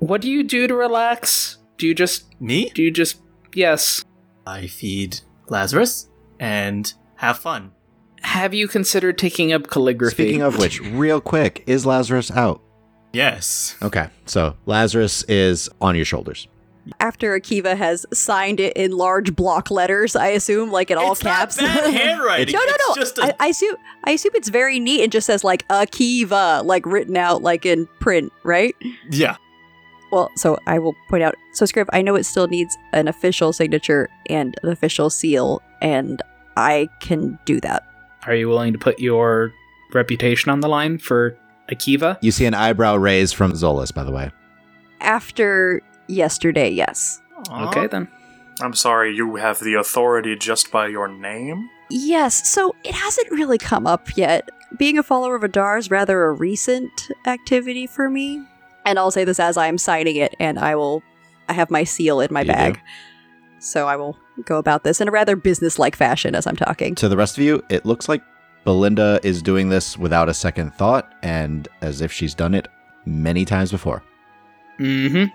Speaker 4: What do you do to relax? Do you just.
Speaker 3: Me?
Speaker 4: Do you just. Yes.
Speaker 3: I feed Lazarus and have fun.
Speaker 4: Have you considered taking up calligraphy?
Speaker 1: Speaking of which, real quick, is Lazarus out?
Speaker 3: Yes.
Speaker 1: Okay, so Lazarus is on your shoulders.
Speaker 2: After Akiva has signed it in large block letters, I assume, like in all
Speaker 3: It's not
Speaker 2: caps.
Speaker 3: bad handwriting.
Speaker 2: No, no, no.
Speaker 3: It's just a-
Speaker 2: I I assume I assume it's very neat and just says like Akiva, like written out like in print, right?
Speaker 3: Yeah.
Speaker 2: Well, so I will point out. So, Scriv, I know it still needs an official signature and an official seal, and I can do that.
Speaker 4: Are you willing to put your reputation on the line for Akiva?
Speaker 1: You see an eyebrow raise from Zolas, by the way.
Speaker 2: After yesterday, yes.
Speaker 4: Okay, then.
Speaker 5: I'm sorry, you have the authority just by your name?
Speaker 2: Yes, so it hasn't really come up yet. Being a follower of Adar is rather a recent activity for me. And I'll say this as I'm signing it, and I will. I have my seal in my
Speaker 1: You do?
Speaker 2: bag. So I will go about this in a rather businesslike fashion as I'm talking.
Speaker 1: To the rest of you, it looks like Belinda is doing this without a second thought and as if she's done it many times before.
Speaker 4: Mm hmm.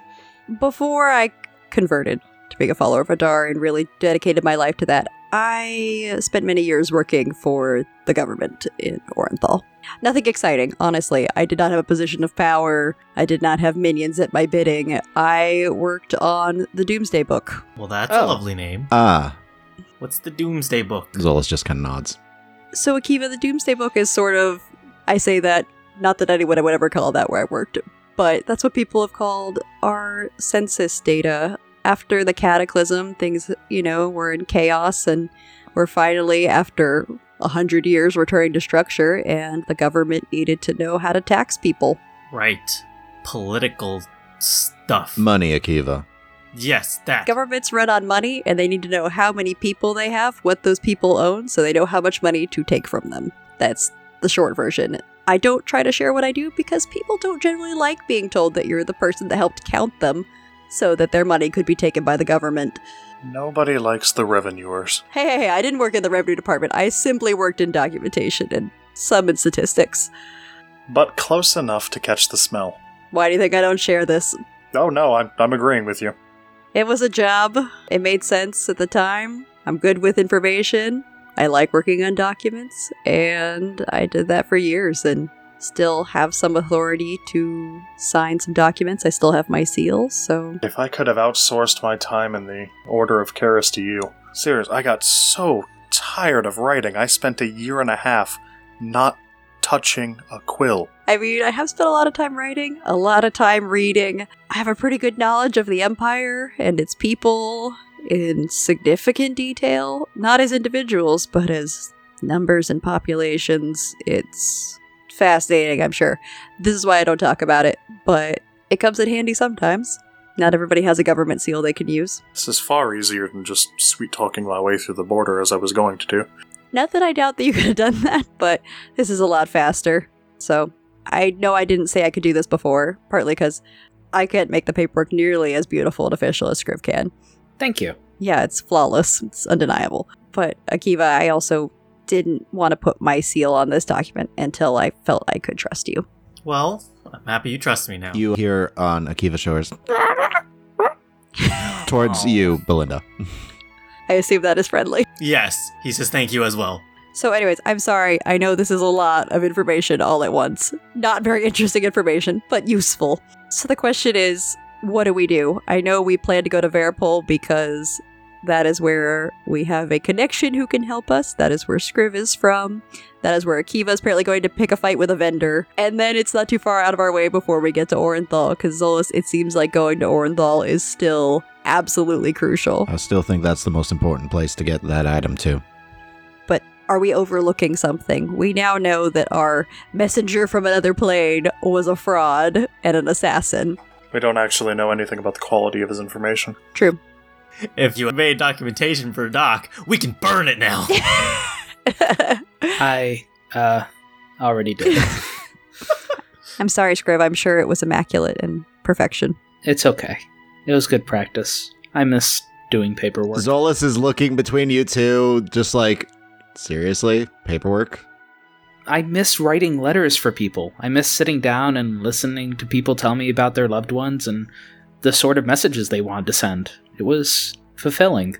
Speaker 2: before I converted to being a follower of Adar and really dedicated my life to that, I spent many years working for the government in Orenthal. Nothing exciting, honestly. I did not have a position of power. I did not have minions at my bidding. I worked on the Doomsday Book.
Speaker 3: Well, that's a
Speaker 4: Oh.
Speaker 3: lovely name.
Speaker 2: Uh,
Speaker 1: Ah,
Speaker 3: What's the Doomsday Book?
Speaker 1: Zolas just kind of nods.
Speaker 2: So, Akiva, the Doomsday Book is sort of, I say that, not that anyone would ever call that where I worked, but that's what people have called our census data. After the cataclysm, things, you know, were in chaos, and we're finally, after a hundred years, returning to structure, and the government needed to know how to tax people.
Speaker 3: Right. Political stuff.
Speaker 1: Money, Akiva.
Speaker 3: yes, that.
Speaker 2: Governments run on money, and they need to know how many people they have, what those people own, so they know how much money to take from them. That's the short version. I don't try to share what I do because people don't generally like being told that you're the person that helped count them so that their money could be taken by the government.
Speaker 5: Nobody likes the revenuers.
Speaker 2: Hey, hey, hey, I didn't work in the revenue department. I simply worked in documentation and some in statistics.
Speaker 5: But close enough to catch the smell.
Speaker 2: Why do you think I don't share this?
Speaker 5: Oh no, I'm, I'm agreeing with you.
Speaker 2: It was a job. It made sense at the time. I'm good with information. I like working on documents, and I did that for years and still have some authority to sign some documents. I still have my seals, so.
Speaker 5: If I could have outsourced my time in the Order of Karis to you, serious, I got so tired of writing. I spent a year and a half not touching a quill.
Speaker 2: I mean, I have spent a lot of time writing, a lot of time reading. I have a pretty good knowledge of the Empire and its people in significant detail, not as individuals, but as numbers and populations. It's fascinating, I'm sure. This is why I don't talk about it, but it comes in handy sometimes. Not everybody has a government seal they can use.
Speaker 5: This is far easier than just sweet talking my way through the border as I was going to do.
Speaker 2: Not that I doubt that you could have done that, but this is a lot faster. So I know I didn't say I could do this before, partly because I can't make the paperwork nearly as beautiful and official as Scriv can.
Speaker 4: Thank you.
Speaker 2: Yeah, it's flawless. It's undeniable. But Akiva, I also didn't want to put my seal on this document until I felt I could trust you.
Speaker 3: Well, I'm happy you trust me now.
Speaker 1: You hear on Akiva Shores
Speaker 3: Oh.
Speaker 1: towards you, Belinda.
Speaker 2: I assume that is friendly.
Speaker 3: yes, he says thank you as well.
Speaker 2: So, anyways, I'm sorry. I know this is a lot of information all at once. Not very interesting information, but useful. So, the question is what do we do? I know we plan to go to Veripol because that is where we have a connection who can help us. That is where Scriv is from. That is where Akiva is apparently going to pick a fight with a vendor. And then it's not too far out of our way before we get to Orenthal, because Zolas, it seems like going to Orenthal is still absolutely crucial.
Speaker 1: I still think that's the most important place to get that item to.
Speaker 2: are we overlooking something? We now know that our messenger from another plane was a fraud and an assassin.
Speaker 5: We don't actually know anything about the quality of his information.
Speaker 2: True.
Speaker 3: If you made documentation for Doc, we can burn it now.
Speaker 4: I uh already did.
Speaker 2: I'm sorry, Scriv. I'm sure it was immaculate and perfection.
Speaker 4: it's okay. It was good practice. I miss doing paperwork.
Speaker 1: Zolas is looking between you two, just like, seriously? Paperwork?
Speaker 4: I miss writing letters for people. I miss sitting down and listening to people tell me about their loved ones and the sort of messages they wanted to send. It was fulfilling.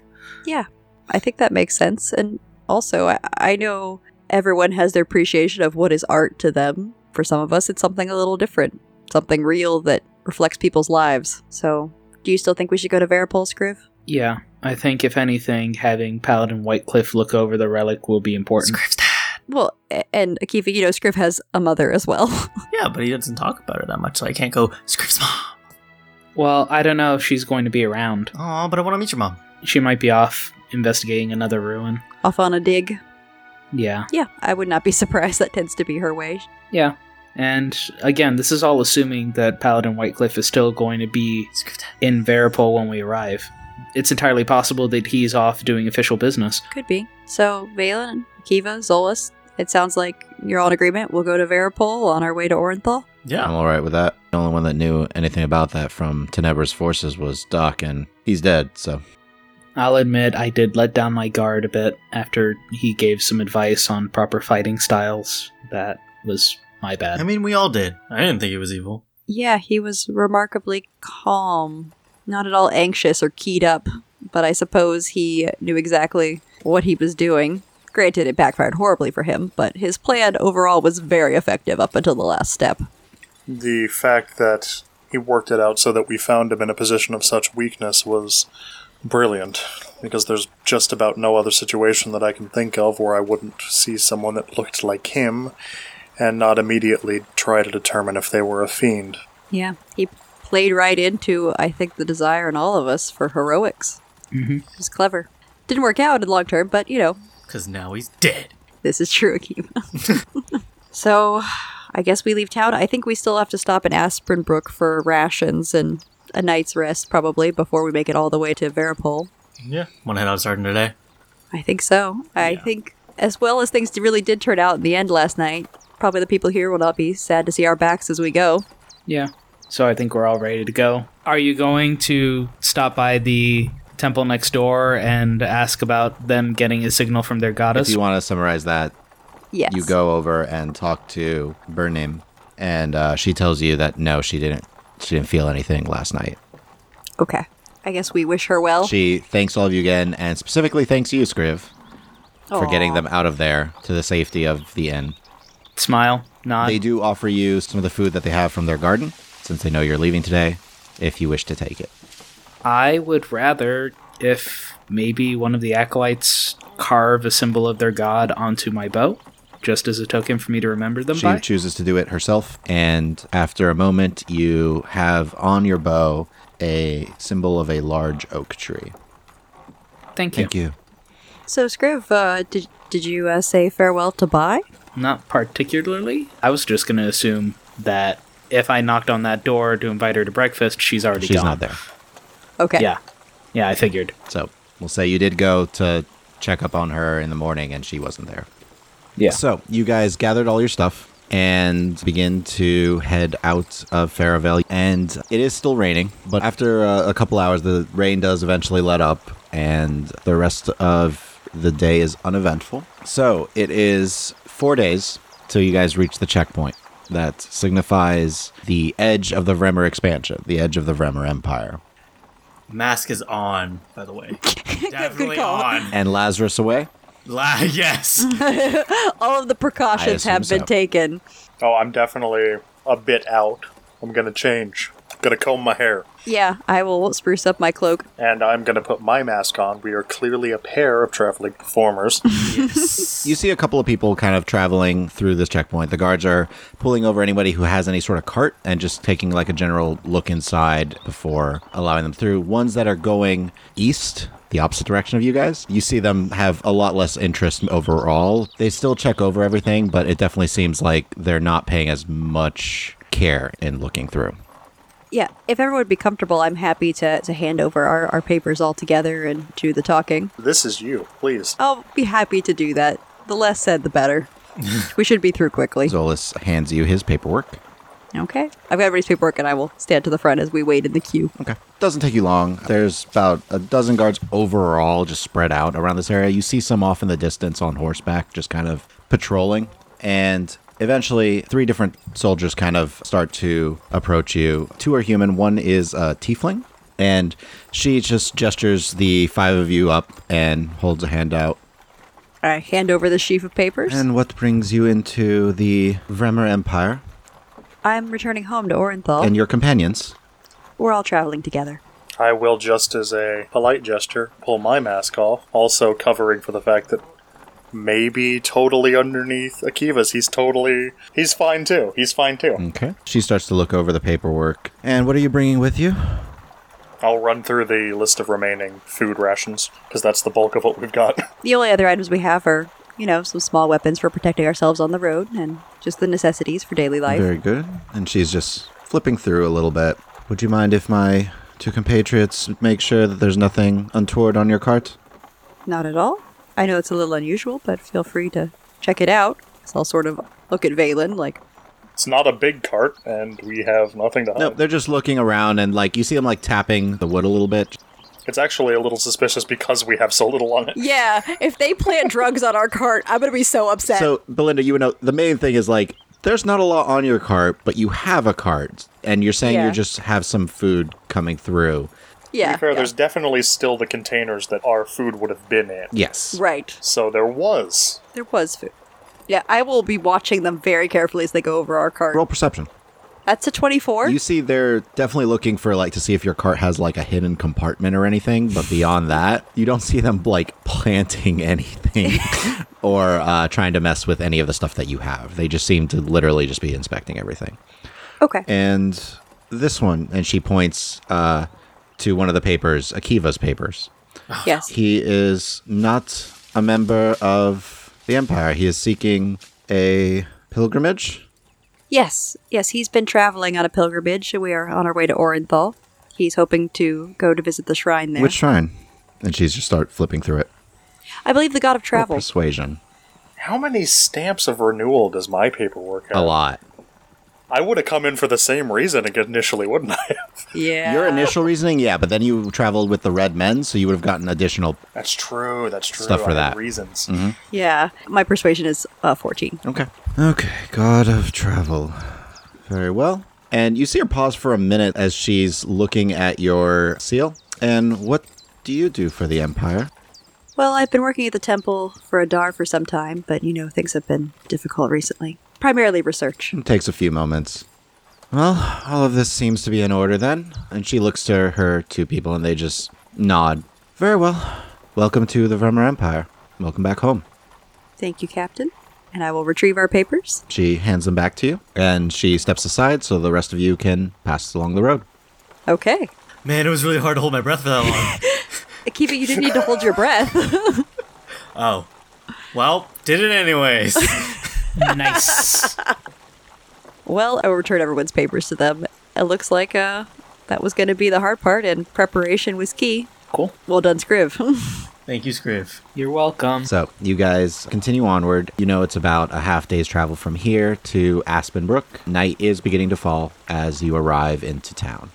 Speaker 2: I think that makes sense. And also, I, I know everyone has their appreciation of what is art to them. For some of us, it's something a little different, something real that reflects people's lives. So, do you still think we should go to Veripol, Scriv?
Speaker 4: Yeah, I think if anything, having Paladin Whitecliff look over the relic will be important.
Speaker 2: Well, a- and Akiva, you know, Scriv has a mother as well.
Speaker 3: yeah, but he doesn't talk about her that much, so I can't go, Scripps mom.
Speaker 4: Well, I don't know if she's going to be around.
Speaker 3: Oh, but I want to meet your mom.
Speaker 4: She might be off investigating another ruin.
Speaker 2: Off on a dig.
Speaker 4: Yeah,
Speaker 2: Yeah, I would not be surprised. That tends to be her way.
Speaker 4: yeah. And again, this is all assuming that Paladin Whitecliff is still going to be
Speaker 3: Scripps dad.
Speaker 4: in Varipol when we arrive. It's entirely possible that he's off doing official business.
Speaker 2: Could be. So, Valen, Kiva, Zolas, it sounds like you're all in agreement. We'll go to Veripol on our way to Orenthal.
Speaker 1: I'm
Speaker 3: Yeah.
Speaker 1: all right with that. The only one that knew anything about that from Tenebra's forces was Doc, and he's dead, so.
Speaker 4: I'll admit I did let down my guard a bit after he gave some advice on proper fighting styles. That was my bad.
Speaker 3: I mean, we all did. I didn't think he was evil.
Speaker 2: Yeah, he was remarkably calm, not at all anxious or keyed up, but I suppose he knew exactly what he was doing. Granted, it backfired horribly for him, but his plan overall was very effective up until the last step.
Speaker 5: The fact that he worked it out so that we found him in a position of such weakness was brilliant, because there's just about no other situation that I can think of where I wouldn't see someone that looked like him and not immediately try to determine if they were a fiend.
Speaker 2: Yeah, he played right into, I think, the desire in all of us for heroics.
Speaker 1: Mm-hmm.
Speaker 4: Mhm.
Speaker 2: It was clever. Didn't work out in long term, but you know,
Speaker 3: Because now he's dead.
Speaker 2: This is true, Akiva. so, I guess we leave town. I think we still have to stop in Aspirin Brook for rations and a night's rest, probably, before we make it all the way to Veripol.
Speaker 3: Yeah. Want to head out starting today?
Speaker 2: I think so. I think, as well as things really did turn out in the end last night, probably the people here will not be sad to see our backs as we go.
Speaker 4: Yeah. So I think we're all ready to go. Are you going to stop by the temple next door and ask about them getting a signal from their
Speaker 1: If
Speaker 4: goddess?
Speaker 1: you want to summarize that,
Speaker 2: Yes.
Speaker 1: you go over and talk to Bernim, and uh, she tells you that no, she didn't. She didn't feel anything last night.
Speaker 2: Okay. I guess we wish her well.
Speaker 1: She thanks all of you again, and specifically thanks you, Scriv, for getting them out of there to the safety of the inn.
Speaker 4: Smile, nod.
Speaker 1: They do offer you some of the food that they have from their garden, since they know you're leaving today, if you wish to take it.
Speaker 4: I would rather if maybe one of the acolytes carve a symbol of their god onto my bow, just as a token for me to remember them
Speaker 1: She
Speaker 4: by.
Speaker 1: chooses to do it herself, and after a moment, you have on your bow a symbol of a large oak tree.
Speaker 4: Thank you.
Speaker 1: Thank you.
Speaker 2: So, Scriv, uh, did, did you uh, say farewell to Bai?
Speaker 4: Not particularly. I was just going to assume that if I knocked on that door to invite her to breakfast, she's already
Speaker 1: She's
Speaker 4: gone.
Speaker 1: not there.
Speaker 2: Okay.
Speaker 4: Yeah. Yeah, I figured.
Speaker 1: So we'll say you did go to check up on her in the morning and she wasn't there.
Speaker 4: Yeah.
Speaker 1: So you guys gathered all your stuff and begin to head out of Faravel. And it is still raining, but after uh, a couple hours, the rain does eventually let up, and the rest of the day is uneventful. So it is four days till you guys reach the checkpoint that signifies the edge of the Vremer expansion, the edge of the Vremer Empire.
Speaker 3: Mask is on, by the way. Definitely
Speaker 2: call.
Speaker 3: on.
Speaker 1: And Lazarus away?
Speaker 3: La- yes.
Speaker 2: All of the precautions
Speaker 1: I
Speaker 2: have
Speaker 1: assume
Speaker 2: been
Speaker 1: so.
Speaker 2: taken.
Speaker 5: Oh, I'm definitely a bit out. I'm gonna change. Gonna comb my hair.
Speaker 2: Yeah, I will spruce up my cloak.
Speaker 5: And I'm gonna put my mask on. We are clearly a pair of traveling performers.
Speaker 1: You see a couple of people kind of traveling through this checkpoint. The guards are pulling over anybody who has any sort of cart and just taking like a general look inside before allowing them through. Ones that are going east, the opposite direction of you guys, you see them have a lot less interest overall. They still check over everything, but it definitely seems like they're not paying as much care in looking through.
Speaker 2: Yeah, if everyone would be comfortable, I'm happy to, to hand over our, our papers all together and do the talking.
Speaker 5: this is you, please.
Speaker 2: I'll be happy to do that. The less said, the better. we should be through quickly.
Speaker 1: Zolas hands you his paperwork.
Speaker 2: Okay. I've got everybody's paperwork, and I will stand to the front as we wait in the queue.
Speaker 1: Okay. Doesn't take you long. There's about a dozen guards overall just spread out around this area. You see some off in the distance on horseback, just kind of patrolling. And eventually, three different soldiers kind of start to approach you. Two are human, one is a tiefling. And she just gestures the five of you up and holds a hand out.
Speaker 2: I hand over the sheaf of papers.
Speaker 1: And what brings you into the Vremer Empire
Speaker 2: I'm returning home to Orenthal.
Speaker 1: and your companions?
Speaker 2: We're all traveling together.
Speaker 5: I will, just as a polite gesture, pull my mask off, also covering for the fact that maybe totally underneath Akiva's. He's totally. He's fine too. He's fine too.
Speaker 8: Hmm.
Speaker 1: Okay. She starts to look over the paperwork. And what are you bringing with you?
Speaker 5: I'll run through the list of remaining food rations, because that's the bulk of what we've got.
Speaker 2: The only other items we have are, you know, some small weapons for protecting ourselves on the road and just the necessities for daily life.
Speaker 1: Very good. And she's just flipping through a little bit. Would you mind if my two compatriots make sure that there's nothing untoward on your cart?
Speaker 2: Not at all. I know it's a little unusual, but feel free to check it out. So I'll sort of look at Valen like,
Speaker 5: it's not a big cart, and we have nothing to hide.
Speaker 1: No, they're just looking around and like you see them like tapping the wood a little bit.
Speaker 5: It's actually a little suspicious because we have so little on it.
Speaker 2: yeah, if they plant drugs on our cart, I'm going to be so upset.
Speaker 1: So, Belinda, you would know the main thing is like there's not a lot on your cart, but you have a cart and you're saying
Speaker 2: Yeah.
Speaker 1: you just have some food coming through.
Speaker 2: yeah.
Speaker 5: Fair,
Speaker 2: yeah.
Speaker 5: There's definitely still the containers that our food would have been in.
Speaker 1: Yes.
Speaker 2: Right.
Speaker 5: So there was.
Speaker 2: There was food. Yeah, I will be watching them very carefully as they go over our cart.
Speaker 1: Roll perception.
Speaker 2: That's a 24.
Speaker 1: You see they're definitely looking for like to see if your cart has like a hidden compartment or anything, but beyond that, you don't see them like planting anything or uh, trying to mess with any of the stuff that you have. They just seem to literally just be inspecting everything.
Speaker 2: okay.
Speaker 1: And this one, and she points uh, to one of the papers, Akiva's papers.
Speaker 2: yes.
Speaker 1: He is not a member of the Empire. He is seeking a pilgrimage.
Speaker 2: Yes, yes, he's been traveling on a pilgrimage. We are on our way to Orenthal. He's hoping to go to visit the shrine there.
Speaker 1: Which shrine? And she's just start flipping through it.
Speaker 2: I believe the god of
Speaker 1: Roll
Speaker 2: travel.
Speaker 1: Persuasion.
Speaker 5: How many stamps of renewal does my paperwork have?
Speaker 8: A lot.
Speaker 5: I would have come in for the same reason initially, wouldn't I?
Speaker 2: Yeah.
Speaker 6: Your initial reasoning, yeah, but then you traveled with the red men, so you would have gotten additional.
Speaker 5: that's true. That's true.
Speaker 8: Stuff for
Speaker 5: I had
Speaker 8: that. Mm-hmm.
Speaker 5: reasons.
Speaker 2: Yeah. My persuasion is uh, 14.
Speaker 6: Okay. Okay, God of Travel. Very well.
Speaker 1: And you see her pause for a minute as she's looking at your seal. And what do you do for the Empire?
Speaker 2: Well, I've been working at the temple for Adar for some time, but you know, things have been difficult recently. Primarily research.
Speaker 1: It takes a few moments. Well, all of this seems to be in order then. And she looks to her two people and they just nod. Very well. Welcome to the Vremer Empire. Welcome back home.
Speaker 2: Thank you, Captain. And I will retrieve our papers.
Speaker 1: She hands them back to you and she steps aside so the rest of you can pass along the road.
Speaker 2: Okay.
Speaker 3: Man, it was really hard to hold my breath for that
Speaker 2: Akiva, you didn't need to hold your breath.
Speaker 3: long. oh. Well, did it anyways.
Speaker 4: Nice.
Speaker 2: well, I will return everyone's papers to them. It looks like uh, that was going to be the hard part, and preparation was key.
Speaker 4: cool.
Speaker 2: Well done, Scriv.
Speaker 3: Thank you, Scriv.
Speaker 4: You're welcome.
Speaker 1: So you guys continue onward. You know it's about a half day's travel from here to Aspenbrook. Night is beginning to fall as you arrive into town.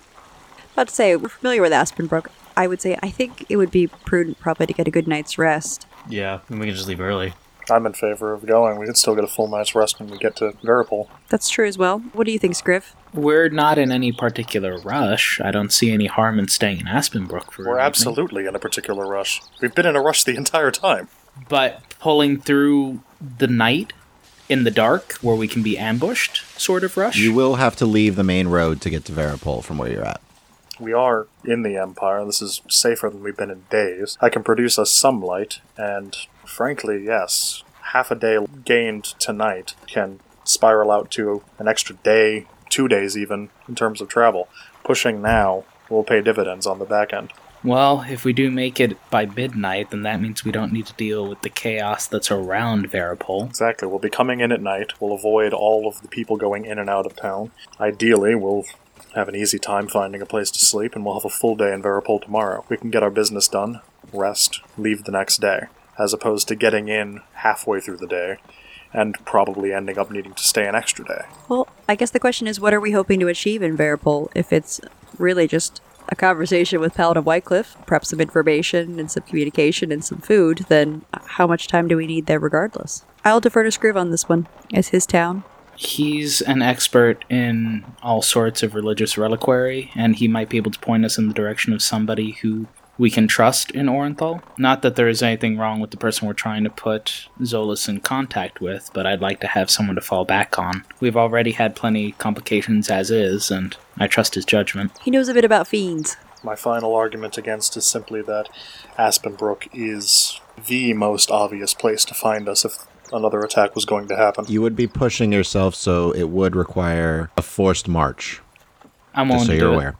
Speaker 2: About to say, we're familiar with Aspenbrook. I would say I think it would be prudent probably to get a good night's rest.
Speaker 3: Yeah, then we can just leave early.
Speaker 5: I'm in favor of going. We could still get a full night's rest when we get to Veripol.
Speaker 2: That's true as well. What do you think, Scriv?
Speaker 4: We're not in any particular rush. I don't see any harm in staying in Aspenbrook for. an
Speaker 8: Mm-hmm.
Speaker 5: We're
Speaker 4: evening.
Speaker 5: absolutely in a particular rush. We've been in a rush the entire time.
Speaker 4: But pulling through the night in the dark, where we can be ambushed, sort of rush.
Speaker 1: You will have to leave the main road to get to Veripol from where you're at.
Speaker 5: We are in the Empire. This is safer than we've been in days. I can produce us some light, and frankly, yes, half a day gained tonight can spiral out to an extra day, two days even, in terms of travel. Pushing now will pay dividends on the back end.
Speaker 4: Well, if we do make it by midnight, then that means we don't need to deal with the chaos that's around Varipole.
Speaker 5: Exactly. We'll be coming in at night. We'll avoid all of the people going in and out of town. Ideally, we'll have an easy time finding a place to sleep, and we'll have a full day in Veripol tomorrow. We can get our business done, rest, leave the next day, as opposed to getting in halfway through the day and probably ending up needing to stay an extra day.
Speaker 2: Well, I guess the question is, what are we hoping to achieve in Veripol? If it's really just a conversation with Paladin Whitecliff, perhaps some information and some communication and some food, then how much time do we need there regardless? I'll defer to Scriv on this one. It's his town.
Speaker 4: He's an expert in all sorts of religious reliquary, and he might be able to point us in the direction of somebody who we can trust in Orenthal. Not that there is anything wrong with the person we're trying to put Zolas in contact with, but I'd like to have someone to fall back on. We've already had plenty complications as is, and I trust his judgment.
Speaker 2: He knows a bit about fiends.
Speaker 5: My final argument against is simply that Aspenbrook is the most obvious place to find us if another attack was going to happen.
Speaker 1: You would be pushing yourself, so it would require a forced march,
Speaker 4: I'm
Speaker 1: just
Speaker 4: willing
Speaker 1: so
Speaker 4: to
Speaker 1: you're
Speaker 4: do it.
Speaker 1: aware.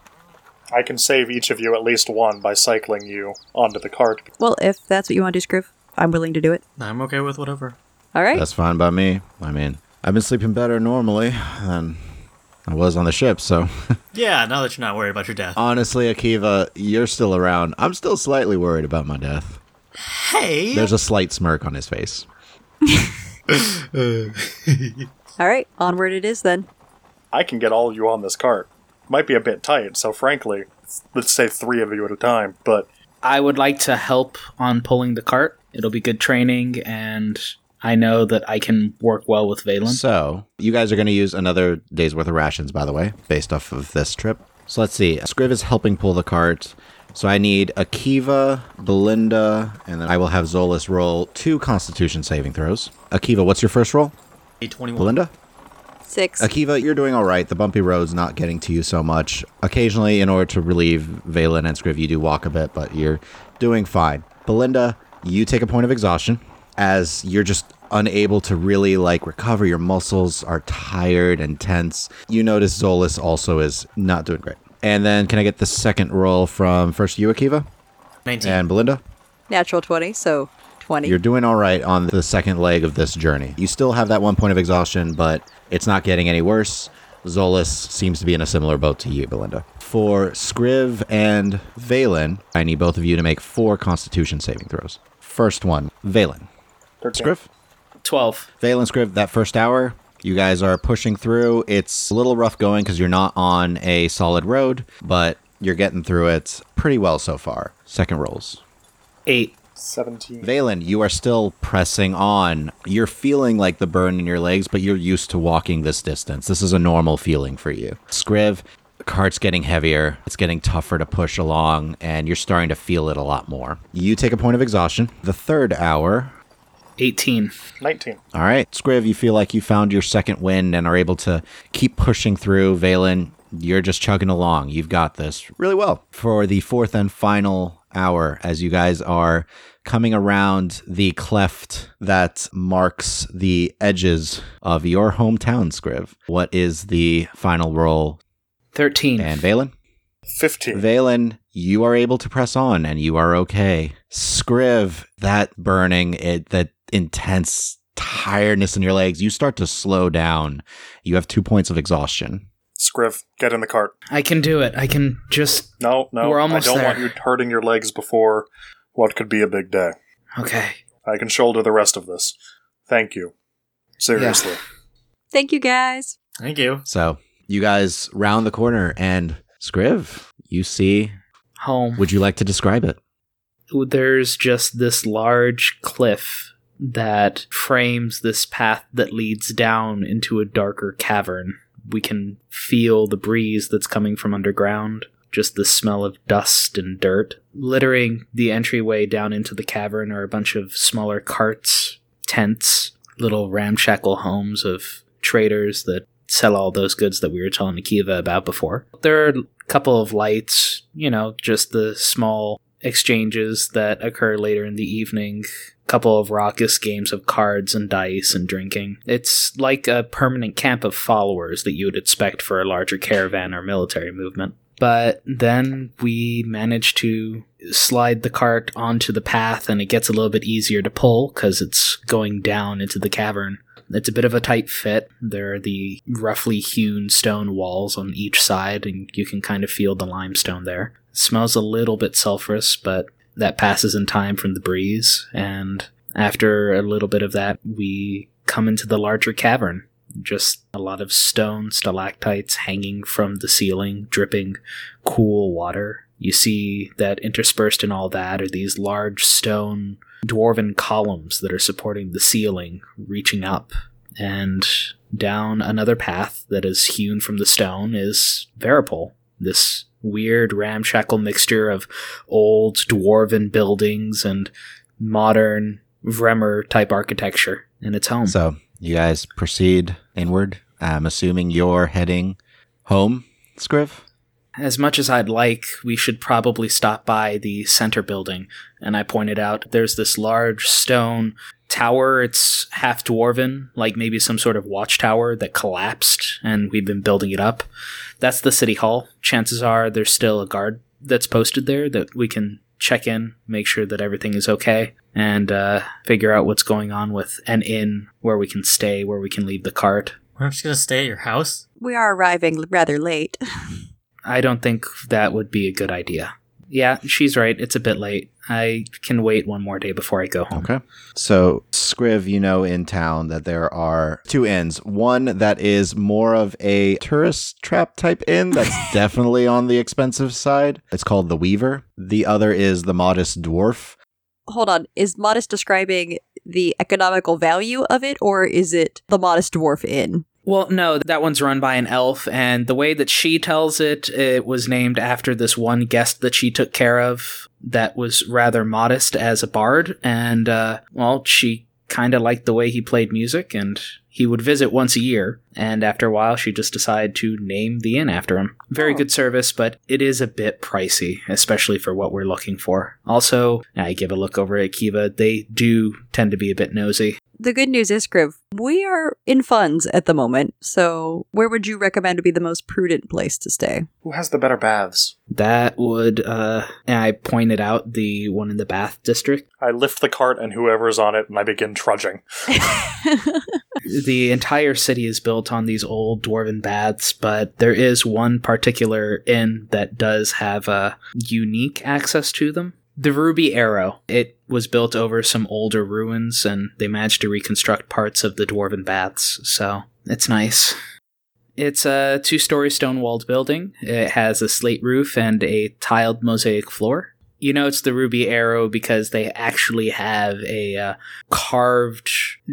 Speaker 5: I can save each of you at least one by cycling you onto the cart
Speaker 2: Well, if that's what you want to do, Scriv, I'm willing to do it.
Speaker 3: I'm okay with whatever.
Speaker 2: All right.
Speaker 1: That's fine by me. I mean, I've been sleeping better normally than I was on the ship, so.
Speaker 3: Yeah, now that you're not worried about your
Speaker 2: Uh,
Speaker 3: death.
Speaker 1: Honestly, Akiva, you're still around. I'm still slightly worried about my death.
Speaker 3: hey!
Speaker 1: There's a slight smirk on his face.
Speaker 2: All right. Onward it is then.
Speaker 5: I can get all of you on this cart. Might be a bit tight, so frankly, let's say three of you at a time, but
Speaker 4: I would like to help on pulling the cart. It'll be good training, and I know that I can work well with Valen.
Speaker 1: So, you guys are going to use another day's worth of rations, by the way, based off of this trip. So, let's see. Scriv is helping pull the cart. So, I need Akiva, Belinda, and then I will have Zolas roll two constitution saving throws. Akiva, what's your first roll?
Speaker 3: A21.
Speaker 1: Belinda?
Speaker 2: Six.
Speaker 1: Akiva, you're doing all right. The bumpy road's not getting to you so much. Occasionally, in order to relieve Valen and Scriv, you do walk a bit, but you're doing fine. Belinda, you take a point of exhaustion as you're just unable to really like recover. Your muscles are tired and tense. You notice Zolas also is not doing great. And then, can I get the second roll from first you, Akiva,
Speaker 3: 19.
Speaker 1: and Belinda?
Speaker 2: Natural 20, so 20.
Speaker 1: You're doing all right on the second leg of this journey. You still have that one point of exhaustion, but it's not getting any worse. Zolas seems to be in a similar boat to you, Belinda. For Scriv and Valen, I need both of you to make four constitution saving throws. First one, Valen.
Speaker 5: thirteen.
Speaker 1: Scriv?
Speaker 4: Twelve.
Speaker 1: Valence Grip, that first hour, you guys are pushing through. It's a little rough going because you're not on a solid road, but you're getting through it pretty well so far. Second rolls.
Speaker 4: Eight.
Speaker 5: 17.
Speaker 1: Valen, you are still pressing on. You're feeling like the burn in your legs, but you're used to walking this distance. This is a normal feeling for you. Scriv, the cart's getting heavier. It's getting tougher to push along, and you're starting to feel it a lot more. You take a point of exhaustion. The third hour,
Speaker 4: 18.
Speaker 5: 19.
Speaker 1: all right, Scriv, you feel like you found your second win and are able to keep pushing through. Valen, you're just chugging along. You've got this really well. For the fourth and final hour, as you guys are coming around the cleft that marks the edges of your hometown, Scriv, what is the final roll?
Speaker 4: 13.
Speaker 1: And Valen?
Speaker 5: 15.
Speaker 1: Valen, you are able to press on and you are okay. Scriv, that burning, it that intense tiredness in your legs, you start to slow down. You have two points of exhaustion.
Speaker 5: Scriv, get in the cart.
Speaker 4: I can do it. I can just.
Speaker 5: No, no.
Speaker 4: We're almost
Speaker 5: I don't
Speaker 4: there.
Speaker 5: want you hurting your legs before what could be a big day.
Speaker 4: Okay.
Speaker 5: I can shoulder the rest of this. Thank you. Seriously.
Speaker 2: Thank you guys.
Speaker 3: Thank you.
Speaker 1: So you guys round the corner and Scriv, you see.
Speaker 4: Home.
Speaker 1: Would you like to describe it?
Speaker 4: There's just this large cliff that frames this path that leads down into a darker cavern. We can feel the breeze that's coming from underground, just the smell of dust and dirt. Littering the entryway down into the cavern are a bunch of smaller carts, tents, little ramshackle homes of traders that sell all those goods that we were telling Akiva about before. There are a couple of lights, you know, just the small exchanges that occur later in the evening, couple of raucous games of cards and dice and drinking. It's like a permanent camp of followers that you would expect for a larger caravan or military movement. But then we manage to slide the cart onto the path, and it gets a little bit easier to pull because it's going down into the cavern. It's a bit of a tight fit. There are the roughly hewn stone walls on each side, and you can kind of feel the limestone there. It smells a little bit sulfurous, but that passes in time from the breeze. And after a little bit of that, we come into the larger cavern. Just a lot of stone stalactites hanging from the ceiling, dripping cool water. You see that interspersed in all that are these large stone dwarven columns that are supporting the ceiling, reaching up. And down another path that is hewn from the stone is Varipole, this weird ramshackle mixture of old dwarven buildings and modern Vremer type architecture in its home.
Speaker 1: So you guys proceed inward. I'm assuming you're heading home, Scriv.
Speaker 4: As much as I'd like, we should probably stop by the center building. And I pointed out there's this large stone tower. It's half dwarven, like maybe some sort of watchtower that collapsed, and we've been building it up. That's the city hall. Chances are there's still a guard that's posted there that we can check in, make sure that everything is okay, and uh, figure out what's going on with an inn, where we can stay, where we can leave the cart.
Speaker 3: We're just gonna stay at your house.
Speaker 2: We are arriving rather late.
Speaker 4: I don't think that would be a good idea. Yeah, she's right. It's a bit late. I can wait one more day before I go home.
Speaker 1: Okay. Um, So, Scriv, you know in town that there are two inns. One that is more of a tourist trap type inn that's definitely on the expensive side. It's called The Weaver. The other is The Modest Dwarf.
Speaker 2: Hold on. Is modest describing the economical value of it, or is it the modest dwarf inn?
Speaker 4: Well, no, that one's run by an elf, and the way that she tells it, it was named after this one guest that she took care of that was rather modest as a bard, and, uh, well, she kind of liked the way he played music, and he would visit once a year, and after a while, she just decided to name the inn after him. Very
Speaker 2: Oh.
Speaker 4: good service, but it is a bit pricey, especially for what we're looking for. Also, I give a look over at Kiva, they do tend to be a bit nosy.
Speaker 2: The good news is, Griv, we are in funds at the moment, so where would you recommend would be the most prudent place to stay?
Speaker 5: Who has the better baths?
Speaker 4: That would, uh, and I pointed out the one in the bath district.
Speaker 5: I lift the cart and whoever's on it and I begin trudging.
Speaker 4: The entire city is built on these old dwarven baths, but there is one particular inn that does have uh, unique access to them. The Ruby Arrow. It was built over some older ruins, and they managed to reconstruct parts of the dwarven baths, so it's nice. It's a two story stone walled building. It has a slate roof and a tiled mosaic floor. You know it's the Ruby Arrow because they actually have a uh, carved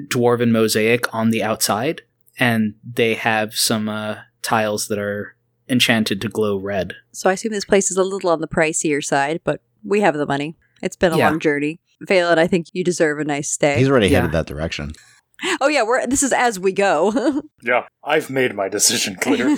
Speaker 4: dwarven mosaic on the outside, and they have some uh, tiles that are enchanted to glow red.
Speaker 2: So I assume this place is a little on the pricier side, but we have the money. It's been a
Speaker 4: Yeah.
Speaker 2: long journey. Phelan, I think you deserve a nice stay.
Speaker 1: He's already
Speaker 4: Yeah.
Speaker 1: headed that direction.
Speaker 2: oh yeah, we're this is as we go.
Speaker 5: Yeah, I've made my decision clear.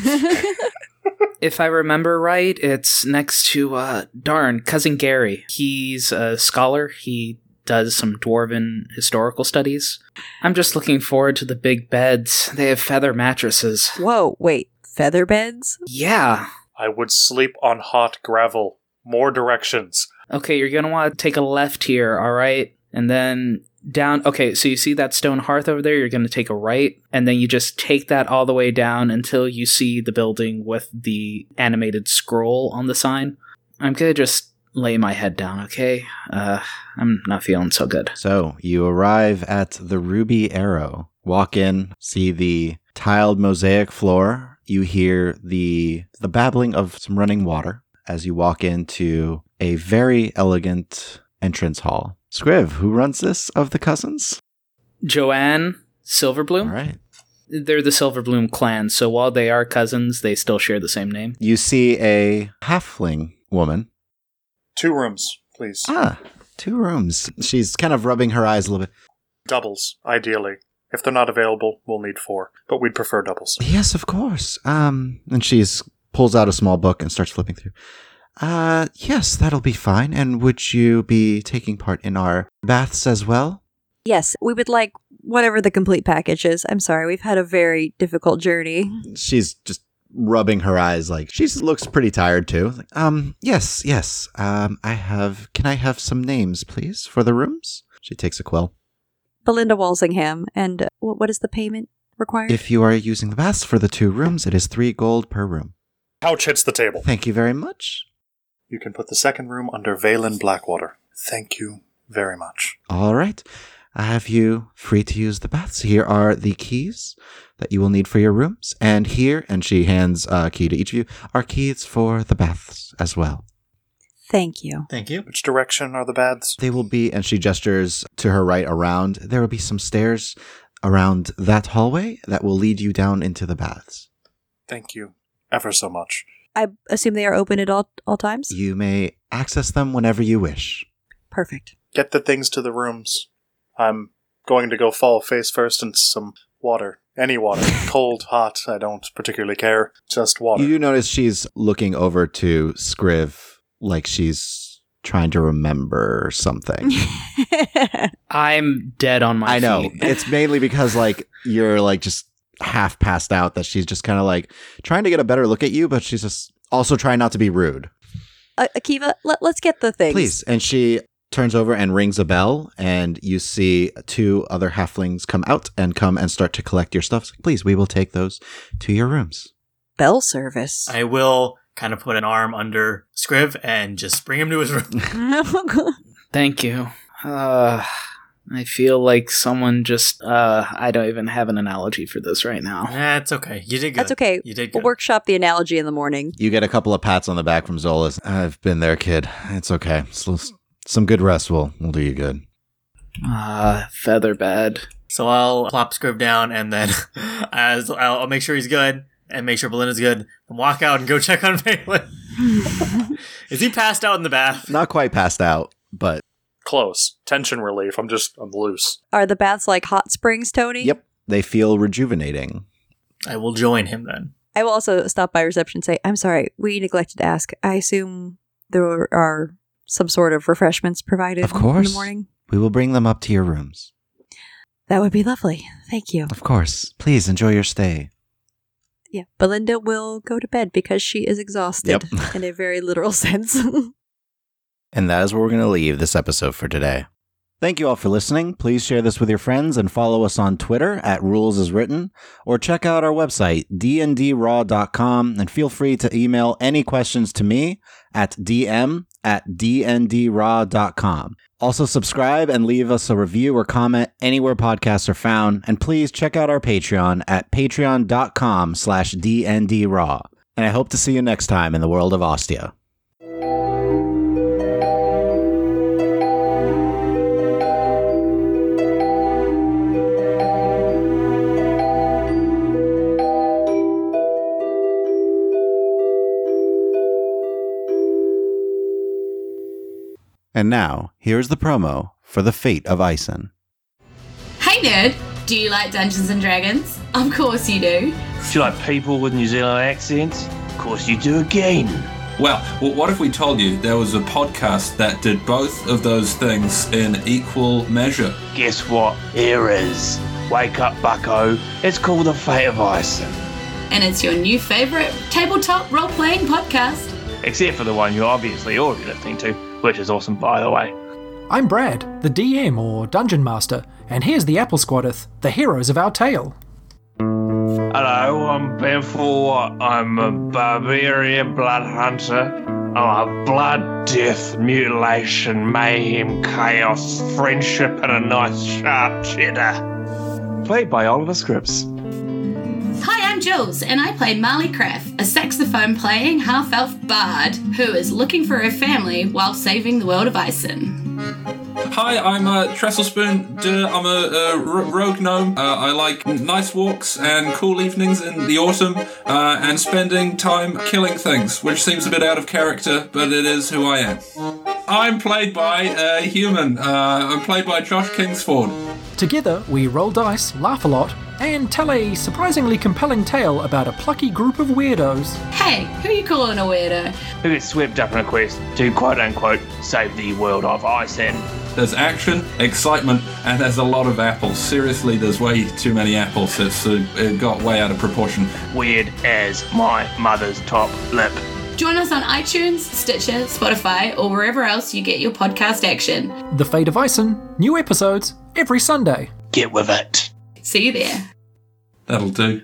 Speaker 4: If I remember right, it's next to uh darn cousin Gary. He's a scholar. He does some dwarven historical studies. I'm just looking forward to the big beds. They have feather mattresses.
Speaker 2: Whoa, wait, feather beds?
Speaker 4: Yeah.
Speaker 5: I would sleep on hot gravel. More directions.
Speaker 4: Okay, you're going to want to take a left here, all right? And then down. Okay, so you see that stone hearth over there? You're going to take a right and then you just take that all the way down until you see the building with the animated scroll on the sign. I'm going to just lay my head down, okay? Uh I'm not feeling so good.
Speaker 1: So you arrive at the Ruby Arrow, walk in, see the tiled mosaic floor. You hear the the babbling of some running water as you walk into a very elegant entrance hall. Scriv, who runs this of the cousins?
Speaker 4: Joanne
Speaker 1: All
Speaker 4: Silverbloom?
Speaker 1: right.
Speaker 4: They're the Silverbloom clan, so while they are cousins, they still share the same name.
Speaker 1: You see a halfling woman.
Speaker 5: Two rooms, please.
Speaker 1: Ah, two rooms. She's kind of rubbing her eyes a little bit.
Speaker 5: Doubles, ideally. If they're not available, we'll need four, but we'd prefer doubles.
Speaker 1: Yes, of course. Um, and she's pulls out a small book and starts flipping through. Uh, yes, that'll be fine. And would you be taking part in our baths as well?
Speaker 2: Yes, we would like whatever the complete package is. I'm sorry, we've had a very difficult journey.
Speaker 1: Mm-hmm. She's just rubbing her eyes like she looks pretty tired too. Like, um, yes, yes. Um, I have. Can I have some names, please, for the rooms? She takes a quill.
Speaker 2: Belinda Walsingham, and uh, wh- what is the payment required?
Speaker 1: If you are using the baths for the two rooms, it is three gold per room.
Speaker 5: Pouch hits the table.
Speaker 1: Thank you very much.
Speaker 5: You can put the second room under Valen Blackwater. Thank you very much.
Speaker 1: All right. I have you free to use the baths. Here are the keys that you will need for your rooms. And here, and she hands a key to each of you, are keys for the baths as well.
Speaker 2: Thank you.
Speaker 3: Thank you.
Speaker 5: Which direction are the baths?
Speaker 1: They will be, and she gestures to her right around, there will be some stairs around that hallway that will lead you down into the baths.
Speaker 5: Thank you ever so much.
Speaker 2: I assume they are open at all all times.
Speaker 1: You may access them whenever you wish.
Speaker 2: Perfect.
Speaker 5: Get the things to the rooms. I'm going to go fall face first into some water. Any water. Cold, hot, I don't particularly care. Just water.
Speaker 1: You do notice she's looking over to Scriv like she's trying to remember something.
Speaker 4: I'm dead on my
Speaker 1: I know.
Speaker 4: feet.
Speaker 1: it's mainly because like you're like just half passed out that she's just kind of like trying to get a better look at you, but she's just also trying not to be rude.
Speaker 2: uh, Akiva, let, let's get the things.
Speaker 1: Please. And she turns over and rings a bell, and you see two other halflings come out and come and start to collect your stuff. Please, we will take those to your rooms.
Speaker 2: Bell service.
Speaker 3: I will kind of put an arm under Scriv and just bring him to his room.
Speaker 4: Thank you. Uh, I feel like someone just. Uh, I don't even have an analogy for this right now.
Speaker 3: That's okay. You did good.
Speaker 2: That's okay.
Speaker 3: You did good.
Speaker 2: we'll workshop the analogy in the morning.
Speaker 1: You get a couple of pats on the back from Zolas. I've been there, kid. It's okay. So- Some good rest will will do you good.
Speaker 4: Uh, feather bed.
Speaker 3: So I'll plop Scriv down and then as I'll, I'll make sure he's good and make sure Belinda's good and walk out and go check on Phelan. Is he passed out in the bath?
Speaker 1: Not quite passed out, but
Speaker 5: Close. Tension relief. I'm just, I'm loose.
Speaker 2: Are the baths like hot springs, Tony?
Speaker 1: yep, they feel rejuvenating.
Speaker 3: I will join him then.
Speaker 2: I will also stop by reception and say, I'm sorry, we neglected to ask. I assume there are some sort of refreshments provided
Speaker 1: Of
Speaker 2: in
Speaker 1: course.
Speaker 2: the morning.
Speaker 1: We will bring them up to your rooms.
Speaker 2: That would be lovely. Thank you.
Speaker 1: Of course. Please enjoy your stay.
Speaker 2: Yeah. Belinda will go to bed because she is exhausted in a very literal sense.
Speaker 9: And that is where we're going to leave this episode for today.
Speaker 1: Thank you all for listening. Please share this with your friends and follow us on Twitter at Rules is Written or check out our website, dndraw.com, and feel free to email any questions to me at dm at dndraw.com. Also, subscribe and leave us a review or comment anywhere podcasts are found. And please check out our Patreon at patreon.com slash dndraw. And I hope to see you next time in the world of Ostia. And now, here's the promo for The Fate of Ison.
Speaker 8: Hey nerd, do you like Dungeons and Dragons? Of course you do.
Speaker 10: Do you like people with New Zealand accents? Of course you do again.
Speaker 11: Well, well, what if we told you there was a podcast that did both of those things in equal measure?
Speaker 10: Guess what? Here is. Wake up, bucko. It's called The Fate of Ison.
Speaker 8: And it's your new favorite tabletop role playing podcast.
Speaker 10: Except for the one you're obviously already listening to, which is awesome, by the way.
Speaker 12: I'm Brad, the DM or Dungeon Master, and here's the Apple Squadeth, the heroes of our tale.
Speaker 10: Hello, I'm Ben Four. I'm a barbarian blood hunter. I'm a blood, death, mutilation, mayhem, chaos, friendship, and a nice sharp cheddar. Played by Oliver Scripps.
Speaker 8: Hi, I'm Jules, and I play Marley Craft, a saxophone playing half elf bard who is looking for her family while saving the world of Ison.
Speaker 11: Hi, I'm uh, Trestlespoon. Duh, I'm a, a ro- rogue gnome. Uh, I like n- nice walks and cool evenings in the autumn uh, and spending time killing things, which seems a bit out of character, but it is who I am. I'm played by a human. Uh, I'm played by Josh Kingsford.
Speaker 12: Together, we roll dice, laugh a lot, and tell a surprisingly compelling tale about a plucky group of weirdos.
Speaker 8: Hey, who are you calling a weirdo?
Speaker 10: Who gets swept up in a quest to quote unquote save the world of Isen.
Speaker 11: There's action, excitement, and there's a lot of apples. Seriously, there's way too many apples. It's uh, it got way out of proportion.
Speaker 10: Weird as my mother's top lip.
Speaker 8: Join us on iTunes, Stitcher, Spotify, or wherever else you get your podcast action.
Speaker 12: The Fate of Ison, new episodes every Sunday.
Speaker 10: Get with it.
Speaker 8: See you there.
Speaker 11: That'll do.